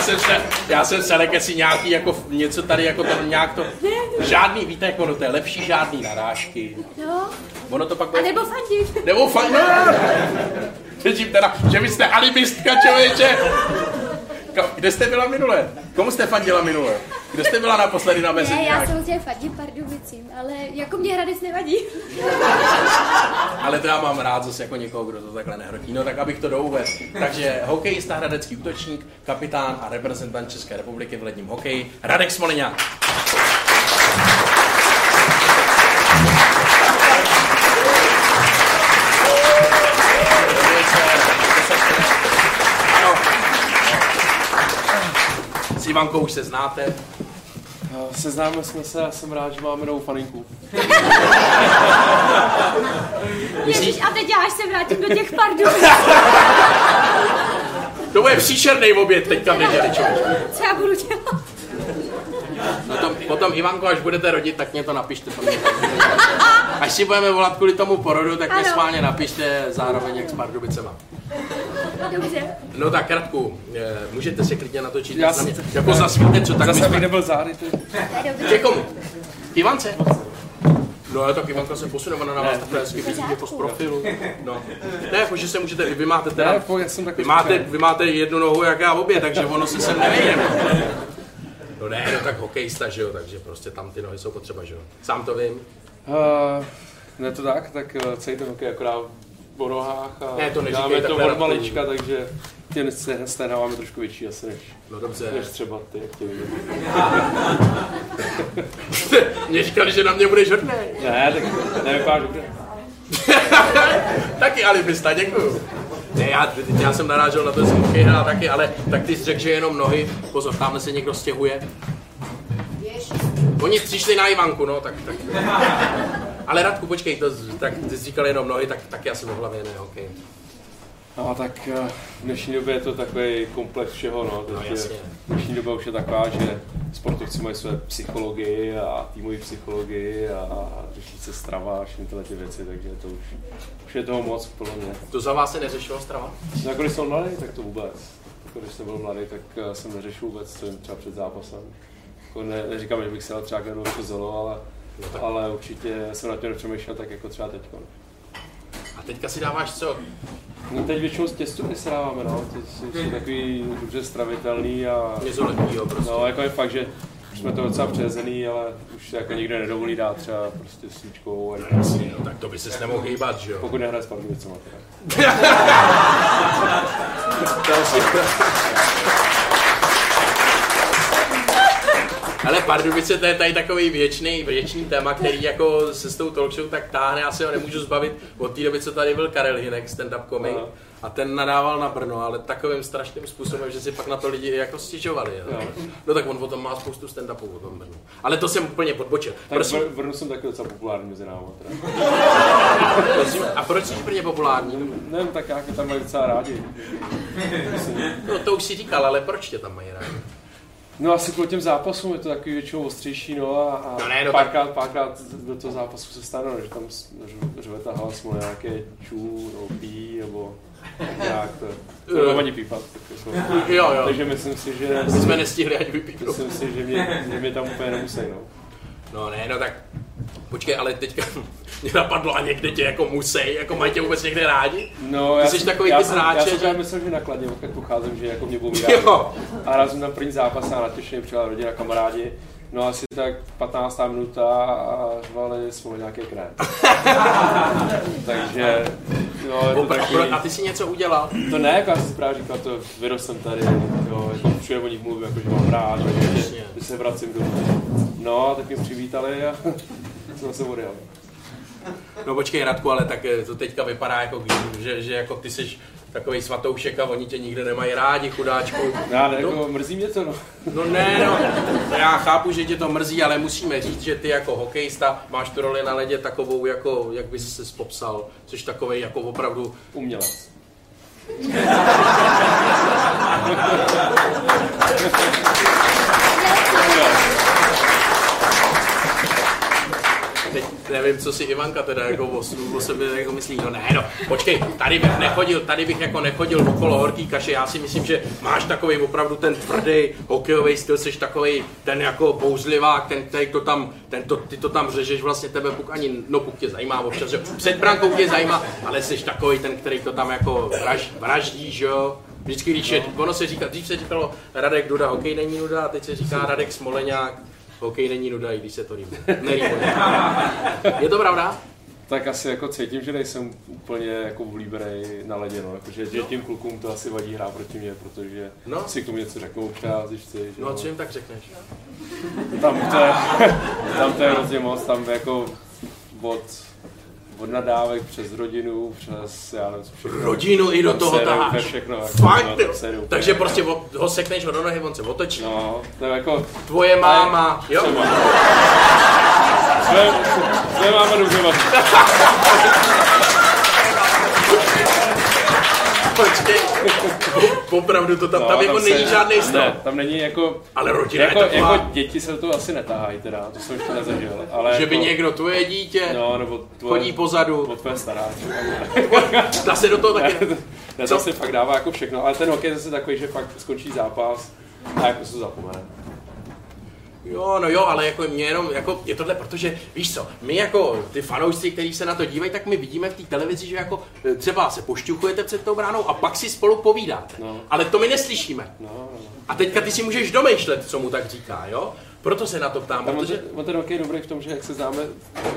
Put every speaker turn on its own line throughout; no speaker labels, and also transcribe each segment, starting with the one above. jsem se, já jsem sadek asi nějaký, jako něco tady, jako to nějak to, žádný, víte, jak ono to je lepší, žádný narážky.
No,
Ono to pak
a
bude...
nebo fandit.
Nebo fakt, no, no, no. Řečím teda, že vy jste alibistka, člověče. Ka- Kde jste byla minule? Komu jste fandila minule? Kde jste byla naposledy na mezi?
Ne, já samozřejmě fandím Pardubicím, ale jako mě Hradec nevadí.
Ale to já mám rád zase jako někoho, kdo to takhle nehrotí. No tak abych to douvedl. Takže hokejista, hradecký útočník, kapitán a reprezentant České republiky v ledním hokeji, Radek Smoliňák. Ano. S Ivankou už se znáte.
Seznámili jsme se a jsem rád, že máme novou faninku.
Ježíš, a teď já až se vrátím do těch pardů.
To bude příšerný oběd teďka v neděli, člověče.
Co já budu dělat?
Potom, potom Ivanko, až budete rodit, tak mě to napište. To mě až si budeme volat kvůli tomu porodu, tak mě
Ano.
schválně napište zároveň jak s Pardubicema.
Dobře.
No tak, Radku, eh, můžete se klidně natočit
Já
tak na mě.
si-
Jako zasvíte, co tak
Zase
my
mi
jsme...
nebyl zády, ty.
To je
Ke
dobře.
komu? K Ivance? No ale tak Ivanka se posune, ona na vás takhle hezky vidí jako z profilu. No. Ne, jako že se můžete, vy, vy máte teda...
Ne, po- já jsem takový
vy, máte,
spokojený.
vy máte jednu nohu jak já obě, takže ono se sem nevejde. No ne, no tak hokejista, že jo, takže prostě tam ty nohy jsou potřeba, že jo. Sám to vím.
Uh, ne to tak, tak eh, celý ten hokej akorát v nohách a
Ne, to neříkej
dáme to
takhle na
od malička, takže těm se stehna máme trošku větší asi než,
No dobře.
než třeba ty, jak tě vidím.
Mě říkali, že na mě budeš hodný.
Ne, tak nevypadáš dobře.
taky alibista, děkuju. Ne, já, teď já jsem narážel na to, že jsem hokej hrál taky, ale tak ty jsi řekl, že jenom nohy. Pozor, tamhle se někdo stěhuje. Oni přišli na Ivanku, no, tak, tak. Ale Radku, počkej, to, z- tak ty jsi říkal jenom nohy, tak taky asi o hlavě ne, hokej.
No tak eh, v dnešní době je to takový komplex všeho, no. takže
jasně.
Dnešní doba už je taková, že sportovci mají své psychologii a týmoví psychologii a řeší se strava a všechny tyhle ty věci, takže to už, už je toho moc, podle mě.
To za vás se neřešilo strava?
No, když jsem mladý, tak to vůbec. Jako, když jsem byl mladý, tak eh, jsem neřešil vůbec, co jim třeba před zápasem. Jako, ne, neříkám, že bych si dal třeba každou večer zelo, ale, ale určitě jsem na tím přemýšlel tak jako třeba teď.
A teďka si dáváš co?
No teď většinou z těstu nesráváme, no. Ty jsou, jsou takový dobře stravitelný a
Něco lepšího prostě.
no, jako je fakt, že už jsme to docela přezený, ale už se jako nikdo nedovolí dát třeba prostě svíčkou a
Jasně, no, tak to by ses nemohl hýbat, že jo?
pokud nehraje s Pardubicema. teda.
Ale Pardubice to je tady takový věčný, věčný téma, který jako se s tou talk show tak táhne, já se ho nemůžu zbavit od té doby, co tady byl Karel Hinek, stand-up komik.
Ano.
A ten nadával na Brno, ale takovým strašným způsobem, že si pak na to lidi jako stěžovali. jo. No tak on o tom má spoustu stand-upů o tom Brnu. Ale to jsem úplně podbočil.
Tak
Prosím,
Vr- Vrnu jsem taky docela populární mezi námi. Teda.
prosím, a proč jsi v Brně populární?
Nevím, tak jak je tam mají docela rádi.
No to už si říkal, ale proč tě tam mají rádi?
No asi kvůli těm zápasům je to takový většinou ostřejší, no a, a
No ne, no tak-
párkrát, párkrát do toho zápasu se stane, no, že tam s- ř- řve ta hala jsme nějaké čů, nebo pí, nebo nějak to. To
Eh.
nemám ani pípat. Tak to jsou-
Jo, jo.
Takže myslím si, že
My jsme nestihli ani vypíknout.
myslím si, že mě, že mě tam úplně nemusí, no.
No ne, no tak počkej, ale teďka mě napadlo a někde tě jako musej, jako mají tě vůbec někde rádi?
No,
Ty jsi takový
já,
ty
jsem-
sráče,
já jsem
že-
právě myslel, že nakladně, jak pocházím, že jako mě budou mít rádi.
Jo.
A hrál jsem tam první zápas a natěšený přijela rodina, kamarádi. No asi tak 15. minuta a řvali jsme nějaký krém. Takže, no, je to,
Opr- a, pro, a
taky,
ty si něco udělal?
to ne, jako já jsem si právě říkal, to vyrostl jsem tady, jo, jako všude o nich mluvím, jako že mám rád, že, že, že se vracím domů. No, tak mě přivítali a jsem se odjel.
No počkej Radku, ale tak eh, to teďka vypadá jako, když- že, že jako ty jsi takový svatoušek a oni tě nikde nemají rádi, chudáčku.
Já ne, jako mrzí mě to, no.
No ne, no, to já chápu, že tě to mrzí, ale musíme říct, že ty jako hokejista máš tu roli na ledě takovou, jako, jak bys se popsal. Jsi takový jako opravdu
Umělec.
Teď nevím, nevím, co si Ivanka teda jako o, o sobě jako myslí, no ne, no, počkej, tady bych nechodil, tady bych jako nechodil okolo horký kaše, já si myslím, že máš takový opravdu ten tvrdý hokejový styl, jsi takový ten jako bouzlivák, ten, který to tam, ten to, ty to tam řežeš, vlastně tebe puk ani, no puk tě zajímá občas, že jo, před brankou tě zajímá, ale jsi takový ten, který to tam jako vraž, vraždí, že jo, Vždycky, když je, ono se říká, dřív se říkalo Radek Duda, hokej není nuda, a teď se říká Radek Smoleňák, hokej není nuda, i když se to rýmuje. Nerýmuje. Je to pravda?
Tak asi jako cítím, že nejsem úplně jako oblíbený na ledě, no. Jakože, že těm klukům to asi vadí hra proti mě, protože
No.
no. si k tomu něco řeknou občas, když chci. že
No a
jo.
co jim tak řekneš?
Tam to je, tam to je hrozně moc, tam jako od, od nadávek přes rodinu, přes, já nevím, co všechno.
Rodinu i do
Tam
toho
se jde úplně
taháš.
Všechno, jako, no,
Fakt,
tam
jo.
se jde úplně-
Takže prostě ho, ho sekneš ho do nohy, on se otočí.
No, to je jako,
Tvoje máma, jo?
své, své máme dobře
Počkej. Opravdu to tam, tam jako není žádný
no, Ne,
stav.
tam není jako,
Ale rodina je
jako, jako
taková,
děti se to asi netahají teda, to jsem ještě nezažil, ale
že by
jako,
někdo tvoje dítě
no, nebo tvoje,
chodí pozadu.
po tvé stará, třeba.
Ta se do toho taky...
ne,
Co?
to si fakt dává jako všechno, ale ten hokej je zase takový, že fakt skončí zápas a jako se to zapomene.
Jo, no jo, ale jako mě jenom, jako je tohle, protože víš co, my jako ty fanoušci, kteří se na to dívají, tak my vidíme v té televizi, že jako eh, třeba se pošťuchujete před tou bránou a pak si spolu povídáte. No.
No.
Ale to my neslyšíme.
No, no, no.
A teďka ty si můžeš domýšlet, co mu tak říká, jo? Proto se na to ptám,
Tam on,
protože...
ten, on ten hokej je dobrý v tom, že jak se známe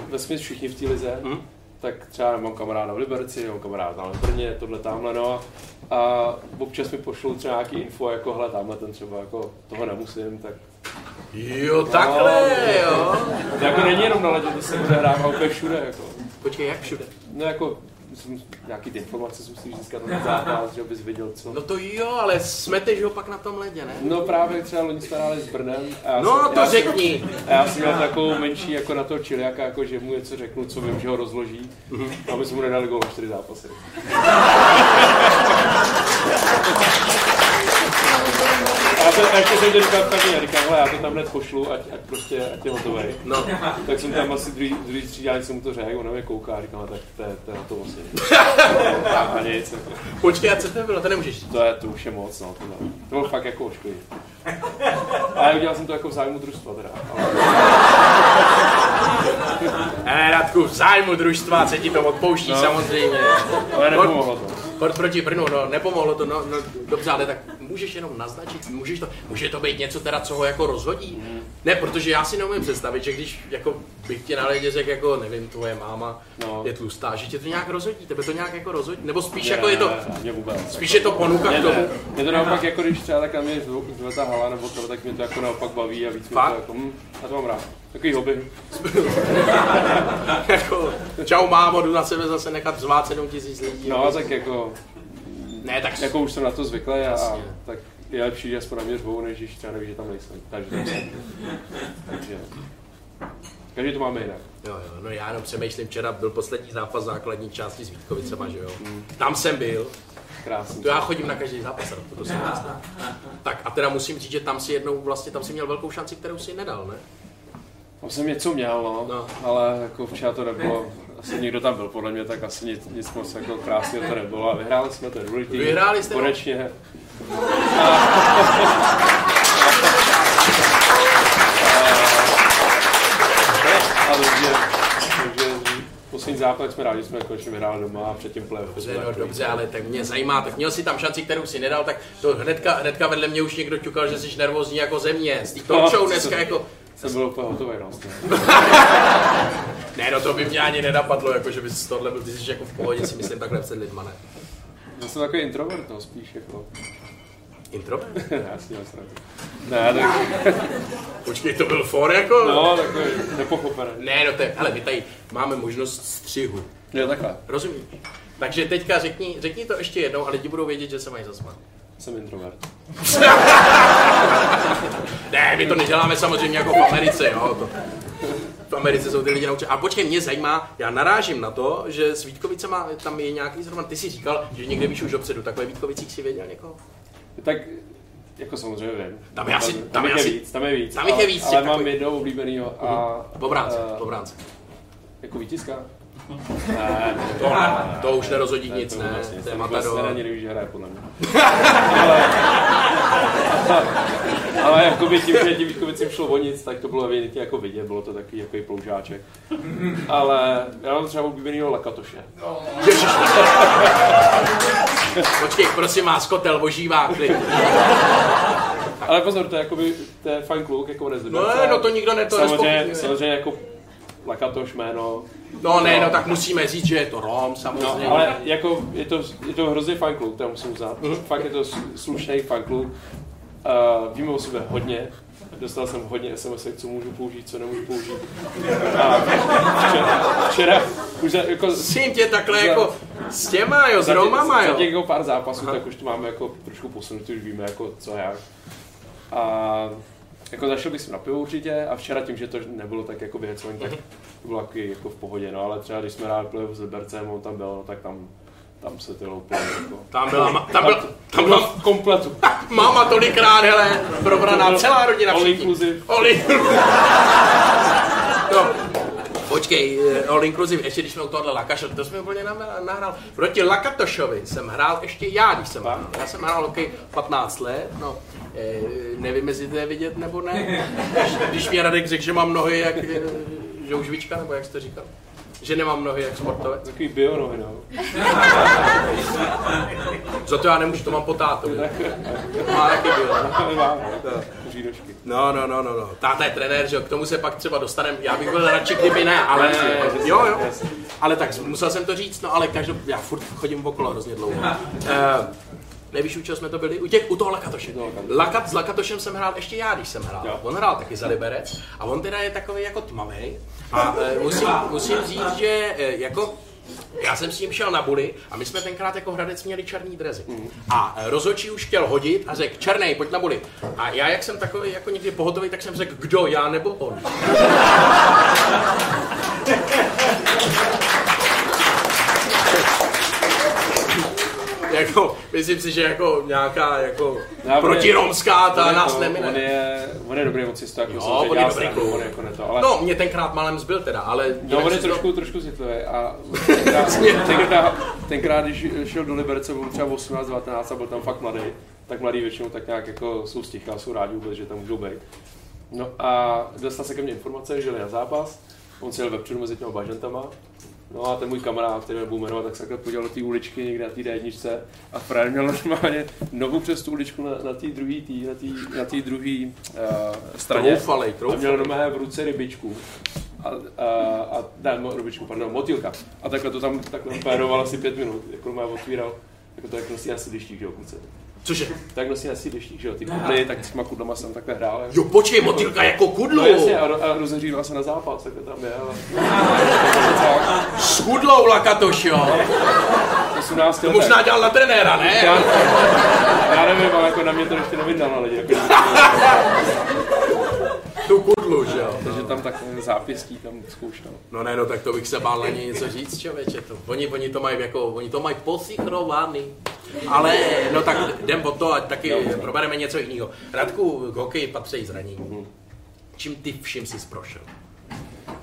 ve smyslu všichni v té lize, hmm?
Mhm.
tak třeba mám kamaráda v Liberci, mám kamaráda tam v Brně, tohle tamhle, no. A občas mi pošlou třeba nějaký info, jako hele, tamhle ten třeba, jako toho nemusím, tak
Jo, takhle,
No.
jo.
to jako není jenom na ledě, to se odehrává úplně všude, jako.
Počkej, jak všude?
No jako, myslím, nějaký ty informace si musíš získat na ten zápas, že abys věděl, co.
No to jo, ale smeteš ho pak na tom ledě, ne?
No právě třeba loni jsme hráli s Brnem. A já
No
jsem-
to
já jsem-
řekni.
A já jsem měl takovou menší jako na toho čiliaka, jako že mu něco řeknu, co vím, že ho rozloží,
Mhm.
aby jsme mu nedali gol na čtyři zápasy. A já jsem, a ještě jsem to říkal v kabině, říkám, hele, já to tam hned pošlu, ať, ať prostě, ať je hotový.
No,
Tak jsem tam asi druhý, druhý třídání jsem mu to řekl, on na mě kouká, říkám, "A tak to je, to je hotovo asi. A nic, jako.
počkej, a co to bylo? To nemůžeš říct.
To, je, to už je moc, no, tohle. To bylo fakt jako ošklivý. Ale udělal jsem to jako v zájmu družstva teda. Ale,
Eh, Radku, v zájmu družstva se ti to odpouští
No.
samozřejmě.
ale nepomohlo to.
Pro- Proti Brnu, no, nepomohlo to, no, no, dobře, ale tak můžeš jenom naznačit, můžeš to, může to být něco teda, co ho jako rozhodí? Ne, protože já si neumím představit, že když jako bych ti na ledě řekl, jako nevím, tvoje máma
No.
je tlustá, že tě to nějak rozhodí, tebe to nějak jako rozhodí, nebo spíš
Ne,
jako je to,
ne, ne, Mě vůbec.
spíš je to ponuka
Mě
k
to,
tomu.
mě to naopak, jako když třeba tak na mě zve ta hala nebo to, tak mě to jako naopak baví a víc mě
Fakt?
to jako, hm, a to mám rád. Takový hobby.
Jako, čau mámo, jdu na sebe zase nechat zvát 7 tisíc lidí.
No a tak jako,
Ne, tak
jako už jsem na to zvyklý a, a
Jasně.
tak je lepší, že aspoň na mě řvou, než když třeba neví, že tam nejsem. Takže tam jsem. Takže, každý to máme jinak.
Jo, jo, no já jenom přemýšlím, včera byl poslední zápas základní části s Vítkovicema, že jo.
Mm.
Tam jsem byl,
Krásný.
to já chodím na každý zápas, na to, to jsem vlastně. Tak a teda musím říct, že tam si jednou vlastně, tam si měl velkou šanci, kterou si nedal, ne?
Tam jsem něco měl, no,
No.
no. ale jako včera to nebylo. Asi někdo tam byl podle mě, tak asi nic, nic moc jako krásného to nebylo. A vyhráli jsme to, je důležitý.
Vyhráli jste, no.
Konečně. A, a, a takže, takže poslední zápas jsme rádi, že jsme konečně vyhráli doma a předtím playoff.
Dobře,
jsme
no
taky-
dobře, ale tak mě zajímá, tak měl si tam šanci, kterou si nedal, tak to hnedka, hnedka vedle mě už někdo ťukal, že jsi nervózní jako země, z té
No.
talk show dneska jako...
Jsem byl úplně hotový, no.
Ne, no to by mě ani nenapadlo, jako že bys tohle byl, ty jsi jako v pohodě, si myslím takhle před lidma, ne?
Já jsem takový introvert, no, spíš jako.
Intro?
Já si dělám srandu. Ne, tak,
Počkej, to byl for jako?
no, takový nepochopený.
Ne, no to je, hele, my tady máme možnost střihu.
Jo, takhle.
Rozumíš? Takže teďka řekni, řekni to ještě jednou a lidi budou vědět, že se mají zasmát.
Jsem introvert.
Ne, my to neděláme samozřejmě jako v Americe, jo. To, v Americe jsou ty lidi naučeni. A počkej, mě zajímá, já narážím na to, že s Vítkovicema tam je nějaký zrovna, ty jsi říkal, že někde víš už dopředu, tak ve Vítkovicích si věděl někoho?
Tak jako samozřejmě vím.
Tam je asi- tam je
je
asi-
víc, tam je víc.
tam jich je
ale-
víc těch Mhm.
Ale mám
takových.
jednoho oblíbeného a...
Po bránce,
eh,
po bránce.
Jako výtiska? Ne,
To, ne, to už nerozhodí
ne,
nic,
to
ne.
vůbec nic.
To je
To vůbec
Matador.
Ani neví, že hraje, podle mě. ale, ale jakoby tím, že tím Vítkovicím šlo o nic, tak to bylo evidentně jako vidět, bylo to takový jako ploužáček. Ale já mám třeba oblíbenýho Lakatoše.
No. Počkej, prosím vás, kotel ožívá klid.
Ale pozor, to je jakoby, to je fajn kluk, jako on
No ne, no to nikdo ne, to
Samozřejmě,
nespochybňuje.
samozřejmě jako Lakatoš jméno,
No ne, no tak musíme říct, že je to Rom samozřejmě.
No, ale jako je to, je to hrozně fajn kluk, to já musím uznat.
Mhm.
Fakt je to slušný fajn kluk. Uh, víme o sobě hodně. Dostal jsem hodně SMS, co můžu použít, co nemůžu použít. A včera, včera už za, jako s
Sím tě takhle jako s těma, jo, s Romama,
za
jo.
těch jako pár zápasů, tak už to máme jako trošku posunutý, už víme jako co jak. A jako zašel bych si na pivo určitě a včera tím, že to nebylo tak jako vyhecovaný,
Mhm.
tak to bylo taky jako v pohodě, no ale třeba když jsme rád pili s Libercem, on tam byl, no, tak tam, tam se ty loupily jako.
Tam byla, ma- tam byla, tam
bylo
byla
v kompletu.
máma tolikrát, hele, probraná celá rodina
All
všichni.
inclusive.
All inclusive. No, počkej, eh, all inclusive, ještě když jsme u tohohle Lakaša, to jsme úplně nahra- nahrál. Proti Lakatošovi jsem hrál ještě já, když jsem hrál. Já jsem hrál hokej 15 let, no. eh, Nevím, jestli to je vidět nebo ne. Když, když mě Radek řekl, že mám nohy jak eh, žoužvička, nebo jak jste říkal. Že nemám nohy jak sportovec.
Takový bio nohy, no.
Za to já nemůžu, to mám po tátovi. To má taky bylo.
Takový mám, Řídošky.
No, no, no, no, no. Táta je trenér, že jo, k tomu se pak třeba dostaneme. Já bych byl radši, kdyby ne, ale
Jasně, jasně,
jo, jo.
jasně.
Ale tak, musel jsem to říct, no ale každopádně, já furt chodím okolo hrozně dlouho. Eh, Nevíš, u čeho jsme to byli? U, těch, u toho Lakatoše. Lakat, s Lakatošem jsem hrál ještě já, když jsem hrál.
Jo.
On hrál taky za Liberec a on teda je takový jako tmavý. A eh, musím, musím říct, že eh, jako já jsem s ním šel na buly a my jsme tenkrát jako hradec měli černý drezy. A eh, rozhodčí už chtěl hodit a řekl, černý, pojď na buly. A já, jak jsem takový jako někdy pohotový, tak jsem řekl, kdo, já nebo on. jako, myslím si, že jako nějaká jako
Já budu-
protiromská ta
On je
No, nás
to-
nemine.
On je, on je dobrý moc jako
Jo,
samozřejmě
on je
dělá
dobrý
srandu,
kluk.
on je jako ne to, ale...
No, mě tenkrát málem zbyl teda, ale...
No,
jinak
on je
si to-
trošku, trošku citlivý a tenkrát, tenkrát, tenkrát, když šel do Liberce, byl třeba 18, 19 a byl tam fakt mladý, tak mladý většinou tak nějak jako jsou sticha, jsou rádi vůbec, že tam můžou být. No a dostal se ke mně informace, že jeli na zápas, on si jel vepředu mezi těma bažantama, No a ten můj kamarád, který nebudu jmenovat, tak se takhle podíval do té uličky někde na té D1 a frajer měl normálně novu přes tu uličku na, na té druhé tý, na tý, na tý druhý, uh, straně.
Troufalej,
A
troufalej.
měl normálně v ruce rybičku. A, a, a ne, mo- rybičku, pardon, motýlka. A takhle to tam takhle péroval asi pět minut, jako má otvíral. Jako to jak nosí na sídlištích, že jo, kluci.
Cože?
Tak nosí na sídlištích, že jo, ty kudly, tak s těma kudlama jsem takhle hrál. jako.
Jo, počkej, motýlka jako kudlu.
No jasně, a, ro- a rozehříval se na zápas, takhle tam je, ale...
S kudlou lakatoš, jo.
18
To
let.
možná dělal na trenéra, ne?
Já, já nevím, ale jako na mě to ještě nevydalo lidi, jako,
Tu kudlu, že jo.
že tam tak zápěstí tam zkoušel.
No ne, no tak to bych se bál na něj něco říct, člověče. To. Oni, oni to mají jako, oni to mají posichrovány. Ale no tak jdem po to, ať taky probereme něco jiného. Radku, k hokeji patří zranění. Čím ty vším jsi prošel?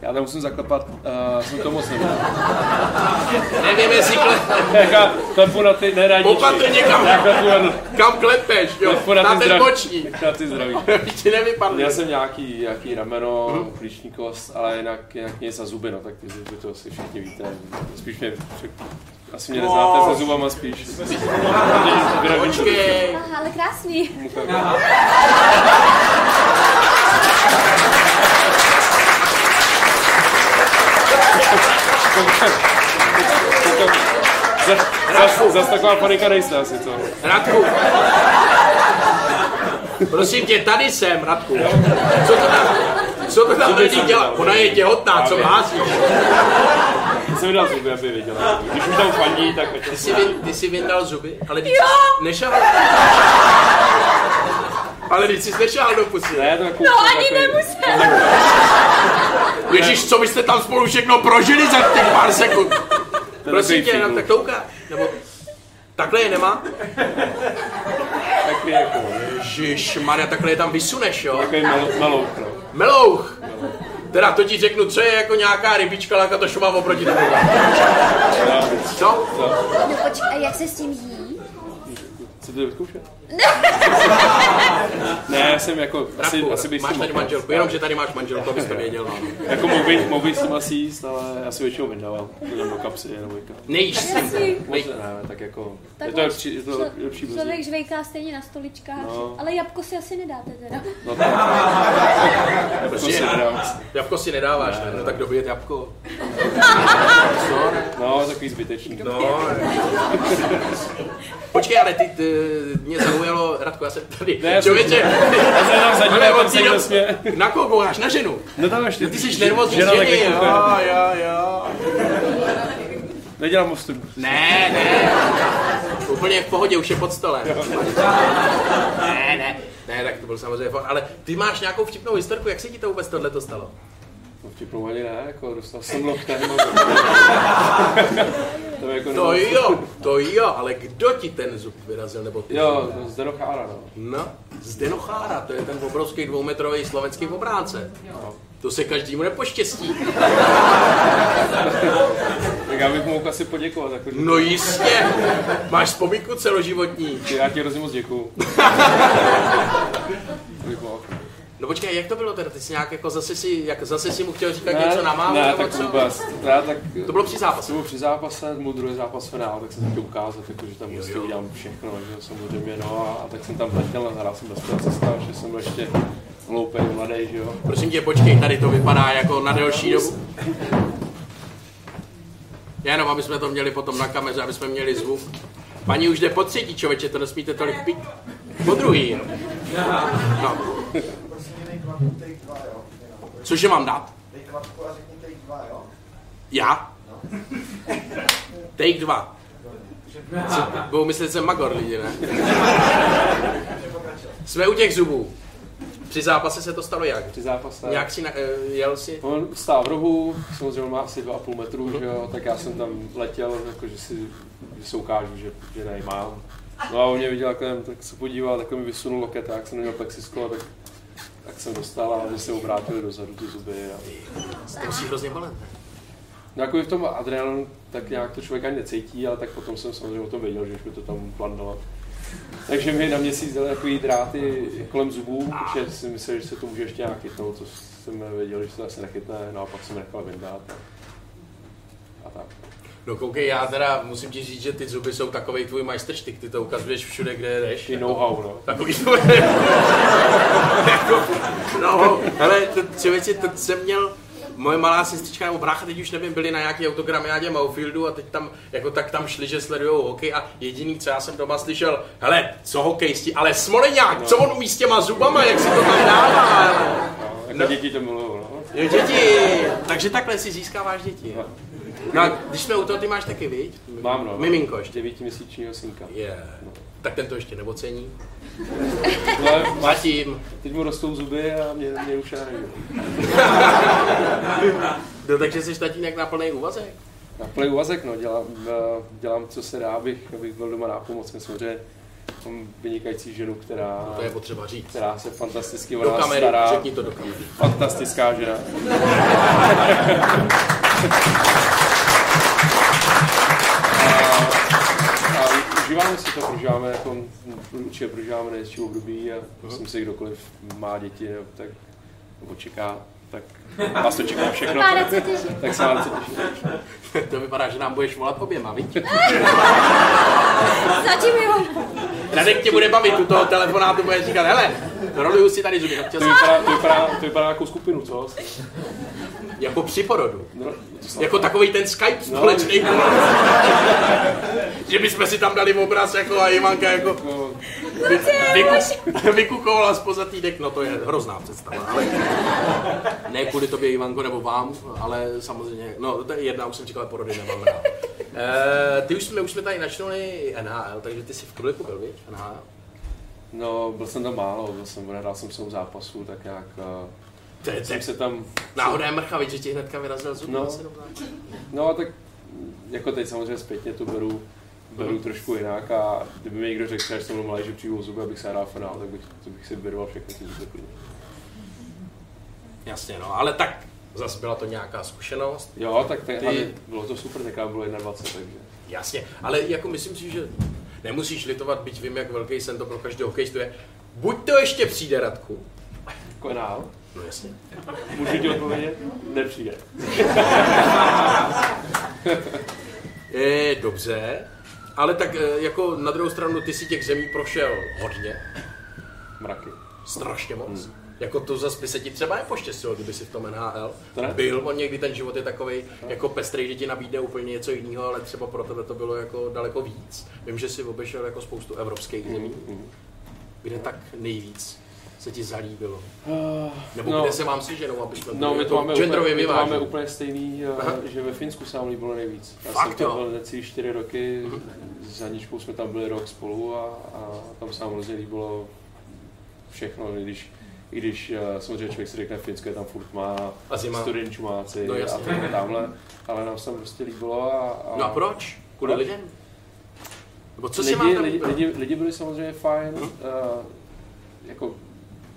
Já tam musím zaklepat, uh, jsem to moc nevěděl.
Nevím, jestli kle...
Jaká klepu na ty neradíči.
Opatrně kam,
Já klepu na,
kam klepeš, jo?
klepu na
Na
ty
ten
zdraví.
boční.
Na ty zdraví.
Ti nevypadne.
Měl jsem nějaký, nějaký
Mhm.
rameno, klíční kost, ale jinak, jinak nic za zuby, no tak ty zuby to asi všichni víte. Spíš mě, přek- asi mě neznáte se zubama spíš.
Počkej.
Aha, ale krásný.
Zase zas taková panika nejste asi, co?
Radku. Prosím tě, tady jsem, Radku. Co to tam, co to tam lidi dělá? Ona je těhotná, co hází.
Já jsem vydal zuby, aby věděla. Když už tam fandí, tak ať
Ty jsi, vy, ty jsi vyndal zuby, ale ty
Jo!
nešahal. Ale když jsi nešahal do pusy.
Ne, to jako...
No ani nemusel.
Ježíš, co vy jste tam spolu všechno prožili za těch pár sekund? Prosím tě,
takový
nám
fígl.
tak to ukáž. Nebo takhle je nemá?
Takový jako...
Ježíš, Maria, takhle je tam vysuneš, jo?
Takový mel, melouk, no.
Melouch! Teda to ti řeknu, co je jako nějaká rybička lakatošová oproti tomu. Co?
No počkej, a jak se s tím jí?
Co to vyzkoušet? ne, já jsem jako, asi,
Radku,
asi bych s
máš
tím
tady
mohl.
manželku, jenom že tady máš manželku, abys to věděl. No.
Jako mohl bych, mohl bych s tím asi jíst, ale já si většinou vydávám. Jenom do kapsy, jenom jako.
Nejíš s tím.
Moc ne, tak jako,
Tak
je to
on-
lepší, je to
člo-
lepší bez ní.
Člověk žvejká stejně na stoličkách,
No.
ale jabko si asi nedáte teda.
No tak, jako si
Prostě
nedám.
Jabko si nedáváš, ne? No tak dobijet jabko. Co?
No, takový zbytečný. No.
No. Počkej, ale ty, ty mě zaujalo, Radko, já jsem tady.
Ne, já jsem-
Člověče,
Já se jenom zadívám,
ale
tam
on
se
ti
někdo
do...
směje.
na koho koukáš? Na ženu?
No tam ještě.
Ty jsi nervózní z
žena
ženy,
takhle
jo,
kouká.
jo, jo.
Nedělám ostudu.
Ne, ne. Úplně v pohodě, už je pod stolem. Ne, ne. Ne, tak to byl samozřejmě fakt. Ale ty máš nějakou vtipnou historku, jak se ti to vůbec tohle stalo?
No vtipnou ani ne, jako dostal jsem loktem. to je jako
To
no,
jo, to jo, ale kdo ti ten zub vyrazil nebo ty
Jo, to zde dochára, no.
No, Zdeno Chára, to je ten obrovský dvoumetrový slovenský obránce. To se každému nepoštěstí.
Tak já bych mohl asi poděkovat, jako, že
No jistě, máš vzpomínku celoživotní.
já ti hrozně moc děkuju. To bych mohl.
No počkej, jak to bylo teda? Ty jsi nějak jako zase si, jak zase si mu chtěl říkat
Ne,
něco na málo?
Ne,
nebo
tak
co?
vůbec. Ne, tak,
To bylo při zápase.
jsem byl při zápase, můj druhý zápas finál, tak jsem chtěl ukázat, jako, že tam prostě udělám všechno, že jo, samozřejmě, no a, a tak jsem tam letěl, hrál jsem bez toho cesta, že jsem byl ještě hloupej, mladý, že jo.
Prosím tě, počkej, tady to vypadá jako na delší dobu. Já Jenom, aby jsme to měli potom na kameře, aby jsme měli zvuk. Paní už jde po třetí, člověče, to nesmíte tolik pít. Po druhý, jo. No. Cože mám dát?
Dej kvapku a řekni take dva, jo?
Já? Take dva. Co, budou myslet, že jsem magor lidi, ne? Jsme u těch zubů. Při zápase se to stalo jak?
Při zápase.
Nějak si na, eh, jel si?
On stál v rohu, samozřejmě má asi 2,5 metru, že jo, tak já jsem tam letěl, jako že si že se ukážu, že, že nejmám. No a on mě viděl, jako, jen, tak se podíval, tak mi vysunul loket, a jak jsem neměl plexisklo, tak, tak jsem dostal a oni se obrátili dozadu ty zuby. A...
To musí hrozně bolet.
No jako v tom adrenalinu tak nějak to člověk ani necítí, ale tak potom jsem samozřejmě o tom věděl, že už mi to tam plandalo. Takže mi na měsíc dali takový dráty kolem zubů, protože si myslel, že se to může ještě nějak chytnout, co jsem nevěděl, že se to asi nechytne, no a pak jsem nechal vyndat. A tak.
No koukej, já teda musím ti říct, že ty zuby jsou takovej tvůj majstrštyk, ty to ukazuješ všude, kde jdeš. Jako-
Ty know-how, no.
Takový to Jako, No, hele, to, tři věci, to jsem měl, moje malá sestrička nebo brácha, teď už nevím, byli na nějaký autogramiádě Maufieldu a teď tam, jako tak tam šli, že sledujou hokej a jediný, co já jsem doma slyšel, hele, co hokejisti, ale Smoleňák, co on umí s těma zubama, jak si to tam dává, hele.
no jako
No.
děti to milují, no.
Jo, děti, takže takhle si získáváš děti. jo. No a když jsme u toho, ty máš taky, viď?
Mám, no.
Miminko ještě.
Devítiměsíčního synka.
Yeah. Tak ten to ještě neocení.
Ale
No. Zatím.
teď mu rostou zuby a mě, mě už já nevím.
No, takže jsi tatínek na plný úvazek.
Na plný úvazek, no, dělám, eh, dělám, co se dá, abych, abych byl doma nápomocný. Samozřejmě mám vynikající ženu, která,
No, To je potřeba říct.
která se fantasticky o
Do
nás
kamery,
stará.
řekni to do kamery.
Fantastická žena. A, a užíváme si to, prožíváme, jako, určitě prožíváme nejistší období a myslím si, kdokoliv má děti, nebo tak, nebo čeká, tak vás to čeká všechno.
Pára se těží.
Tak se vám chci těšit.
To vypadá, že nám budeš volat oběma, viď?
Zatím jo.
Radek tě bude bavit u toho telefonátu, bude říkat, hele, roluju si tady zuby, tak chtěl
To
jsem
vypadá, to vypadá, to vypadá jako skupinu, co?
jako při porodu.
No, to snad-
Jako takový ten Skype společný. že bychom si tam dali obraz jako a Ivanka jako
jako,
vyku, vykukovala spoza týdek, no to je hrozná představa, ale ne kvůli tobě Ivanko nebo vám, ale samozřejmě, no to je jedna, už jsem říkal, porody nemám rád. Eh, ty už jsme, už jsme tady načnuli NHL, takže ty jsi v Kruliku byl, víš? NHL.
no, byl jsem tam málo, byl jsem, hrál jsem se zápasu, tak nějak eh,
To je, to je
jsem se tam,
náhoda je mrcha, víš, že ti hnedka vyrazil zub.
No.
No.
no a tak jako teď samozřejmě zpětně to beru, beru trošku jinak a kdyby mi někdo řekl, třeba, že jsem byl malý, že přijdu o zuby, abych se hrál finál, tak bych, to bych si vyrval všechny ty zuby.
Jasně, no, ale tak Zas byla to nějaká zkušenost.
Jo, tak te,
Ty-
ale bylo to super, tak já bylo 21, takže.
Jasně, ale jako myslím si, že nemusíš litovat, byť vím, jak velký sen to pro každého hokejistu je. Buď to ještě přijde, Radku.
Konál,
No jasně.
můžu ti odpovědět? Nepřijde.
E, dobře, ale tak e, jako na druhou stranu ty si těch zemí prošel hodně,
Mraky.
strašně moc. Jako to zase by se ti třeba nepoštěstilo, kdyby si v tom NHL
To ne.
byl, on někdy ten život je takový jako pestrý, že ti nabídne úplně něco jiného, ale třeba pro tebe to bylo jako daleko víc. Vím, že si obešel jako spoustu evropských zemí,
Mhm.
kde tak nejvíc se ti zalíbilo. Nebo
no.
kde se vám se ženou, aby jsme
No,
byli jako
my to, máme
genderově
úplně, my to máme
vyvážení.
úplně stejný, eh,
Aha.
že ve Finsku se nám líbilo nejvíc. Já
Fakt,
jsem
jo? Mhm.
tam byl necelý čtyři roky, s Aničkou jsme tam byli rok spolu a, a tam se nám hrozně líbilo všechno, i když i když eh, samozřejmě člověk si řekne, Finsko je tam furt má
A zima.
studenčumáci
No,
a
jasně.
tohle tamhle, ale nám se tam prostě líbilo a, a
No a proč? Kvůli
No.
lidem? Nebo co si Hm? mám
lidi,
tam...
lidi, lidi, lidi byli samozřejmě fajn, uh, jako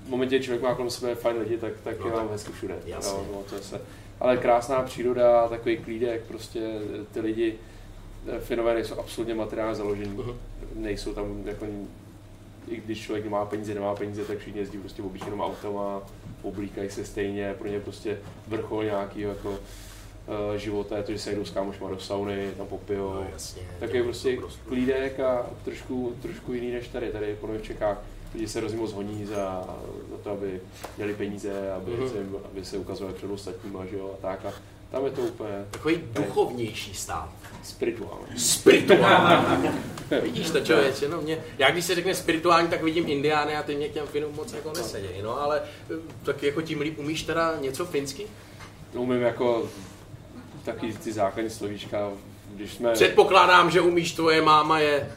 v momentě, kdy člověk má kolem sebe fajn lidi, tak, tak
No
je
tak.
mám hezky všude.
Jasně.
No, no, to je se. Ale krásná příroda, takový klídek, prostě eh, ty lidi, eh, Finové nejsou absolutně materiálně založení,
Mhm.
nejsou tam jako i když člověk nemá peníze, nemá peníze, tak všichni jezdí prostě obyčejným autem a oblíkají se stejně, pro ně prostě vrchol nějaký jako eh, života je to, že se jdou s kámošma do sauny, tam popijou,
No, jasně,
takový
to-
prostě
to prostě.
klídek a trošku, trošku jiný než tady. Tady podle mě v Čechách lidi se hrozně moc honí za, za to, aby měli peníze, aby,
Mhm.
mm-hmm. se, jim- aby se ukazovali před ostatníma, že jo, a tak. A tam je to úplně
Takový duchovnější stát.
spirituální.
Spirituální. Vidíš to, člověče, no mě, já když se řekne spirituální, tak vidím Indiány a ty mě k těm Finům moc jako nesedějí, no ale eh, tak jako tím líp umíš teda něco finsky?
Umím jako taky ty základní slovíčka, když jsme...
Předpokládám, že umíš, tvoje máma je...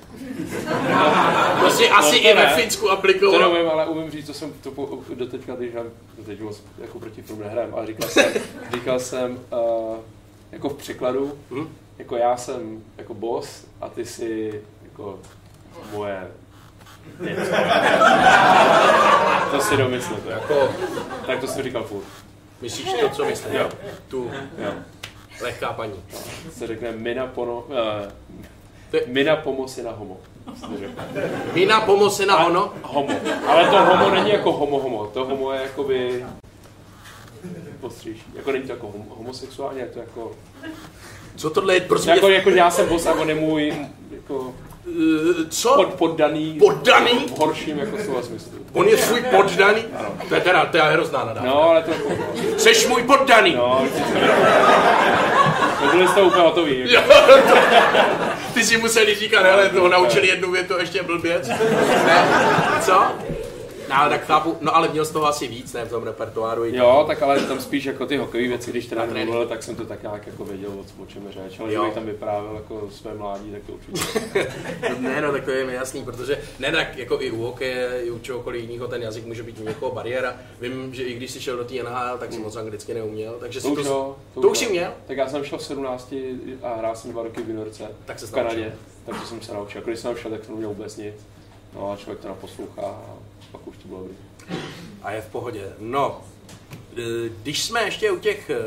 To si asi
No, to
i ve
ne.
Finsku
To
aplikoval.
neumím, ale umím říct, co jsem to po, doteďka, když hrám, teď moc jako proti filmu nehrám, ale říkal jsem, říkal jsem uh, jako v překladu,
Hm?
jako já jsem jako boss a ty jsi jako moje něco. to si domyslete. Jako,
Jako,
tak to jsem říkal furt.
myslíš to, co myslím?
Jo.
Tu
Jo.
lehká paní.
Se řekne mina pono, eh,
To je-
mina pomoci na homo. se řekne.
Mina pomoci na ono?
Homo. Ale to homo není jako homo homo. To homo je jakoby postříž. Jako není to jako hom- homosexuální, je to jako...
Co tohle je, prosím
Jako,
tě,
jako já jsem boss a on je můj jako
eh, co?
pod, poddaný
Poddaný?
v horším jako slova smyslu.
On je svůj poddaný? To je teda, to je hrozná nadávka.
No, ale to je jako...
Seš můj poddaný!
No, vždycky. No, byli jste úplně hotový. Jako.
Jo, to, ty si museli říkat, hele,
No,
to naučili jednu větu a ještě blběc. Ne? Co? No, ale tak chápu, no ale měl z toho asi víc, ne, v tom repertoáru. i-
Jo, tak ale tam spíš jako ty hokejové věci, když
Na
teda
trénink.
mluvil, tak jsem to tak nějak jako věděl, o, o čem je řeč, ale
Jo.
kdybych tam vyprávěl jako své mládí, tak to určitě.
Ne, no, tak to je mi jasný, protože ne, tak jako i u hokeje, i u čehokoliv jiného, ten jazyk může být u někoho bariéra. Vím, že i když jsi šel do té NHL, tak si moc anglicky neuměl, takže
To
si
už
Hmm. to,
jo.
to už
jo.
jsi měl?
Tak já jsem šel v 17 a hrál jsem dva roky v juniorce
Tak se
v
naučil.
Kanadě, takže jsem se naučil. Jako když jsem tam šel, tak to neměl vůbec nic. No a člověk to naposlouchá a pak už to bylo dobrý.
A je v pohodě. No, e, když jsme ještě u těch... e,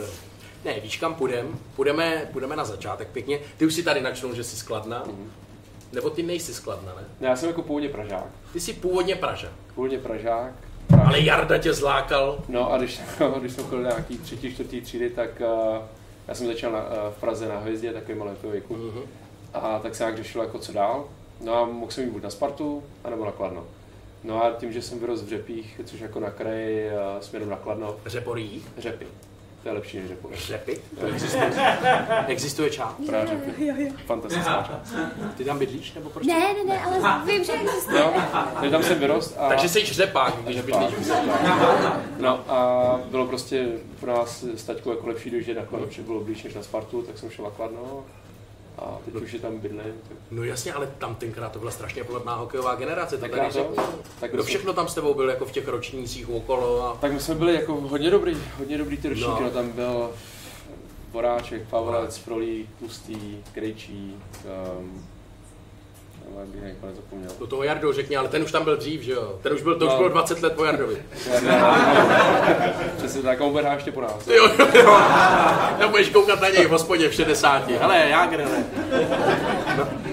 Ne, víš kam půjdem? Půjdeme, půjdeme na začátek pěkně. Ty už si tady načnul, že jsi skladná. Nebo ty nejsi skladná, ne?
No, já jsem jako původně Pražák.
Ty jsi původně Praža.
Původně Pražák.
Ale Jarda tě zlákal.
No a když, když jsem chodil nějaký třetí, čtvrtý třídy, tak uh, já jsem začal na, uh, v Praze na Hvězdě, takový malý jako věku.
Mhm.
A tak se nějak řešilo, jako co dál. No a mohl jsem jít buď na Spartu, anebo na Kladno. No a tím, že jsem vyrost v Řepích, což jako na kraji uh, směrem na Kladno,
Řeporí.
Řepy. To je lepší než Řepové.
Řepy. To existuje. existuje čáp.
Právě Řepy. Fantastická část.
Ty tam bydlíš nebo proč?
Ne, ne, ne, ale vím, že existuje.
No, takže tam jsem vyrost a...
Takže jsi řepák, když bydlíš.
No a bylo prostě pro nás s taťkou jako lepší dojíždět na Kladno, protože bylo blíž než na Spartu, tak jsem šel na Kladno. A teď už je tam bydlím, tak
No jasně, ale tam tenkrát to byla strašně plodná hokejová generace. To
Tak
tady
já to,
řekl.
tak,
Kdo
my jsme,
všechno tam s tebou byl jako v těch ročnících okolo a
tak my jsme byli jako hodně dobrý, hodně dobrý ty ročníky,
No.
no. tam byl Boráček, Pavelec, Frolík, Pustý, Krejčí, um, ale ehm, bych někdo nezapomněl.
Do toho Jardou řekni, ale ten už tam byl dřív, že jo? Ten už byl, to už
No.
bylo 20 let po Jardovi.
Přesně tak, a uberhá ještě po nás.
Ty jo, jo, jo. Já budeš koukat na něj v hospodě v 60. Hele, já grele.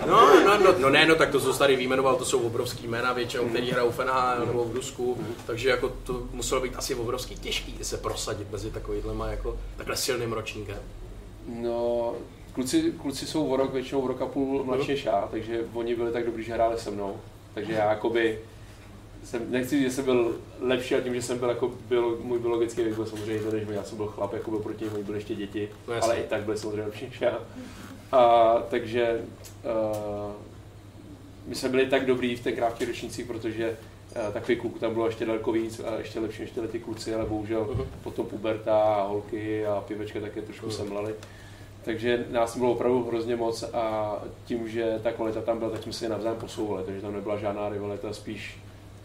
No, no, no, no, ne, no, tak to, co jsi tady výjmenoval, to jsou obrovský jména většinou, který hrajou v NHL nebo v Rusku, takže jako to muselo být asi obrovský těžký se prosadit mezi takovýhlema jako takhle silným ročníkem.
No, kluci, kluci jsou o rok, většinou o rok a půl mladší než já, takže oni byli tak dobrý, že hráli se mnou. Takže já jakoby, jsem, nechci říct, že jsem byl lepší a tím, že jsem byl jako byl, můj biologický věk byl samozřejmě jiný než můj. já jsem byl chlap, jako byl proti nim, oni byli ještě děti,
No jasně.
ale i tak byli samozřejmě lepší než já. A, takže uh, my jsme byli tak dobrý v tenkrát v těch ročnících, protože eh, takových kluků tam bylo ještě daleko víc a ještě lepší než tyhle ty kluci, ale bohužel potom puberta a holky a pivečka také trošku semlaly. Takže nás bylo opravdu hrozně moc a tím, že ta kvalita tam byla, tak jsme si je navzájem posouvali, takže tam nebyla žádná rivalita, spíš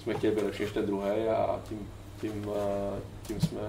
jsme chtěli být lepší než ten druhý a tím, tím, eh, tím jsme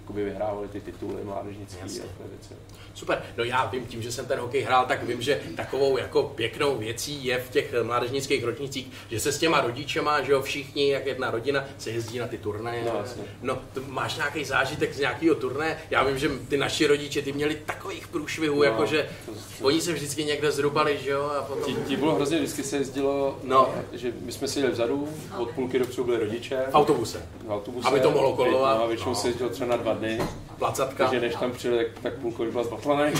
jakoby vyhrávali ty tituly mládežnické a
Jasně.
takové věci.
Super, no já vím, tím, že jsem ten hokej hrál, tak vím, že takovou jako pěknou věcí je v těch mládežnických ročnících, že se s těma rodičema, že jo, všichni, jak jedna rodina, se jezdí na ty turnaje.
No, jasně.
no to máš nějaký zážitek z nějakého turnaje? Já vím, že ty naši rodiče, ty měli takových průšvihů,
No,
jako že
to- to-
oni se vždycky někde zrubali, že jo, a potom...
Ti, ti bylo hrozně, vždycky se jezdilo,
No.
že my jsme seděli vzadu, od půlky dopředu byli rodiče.
V autobuse.
v autobuse.
Aby to mohlo kolovat.
No, a většinou se jezdilo třeba na dva dny,
Placatka.
takže než tam přijeli, tak, tak půlka už byla zbatlanej.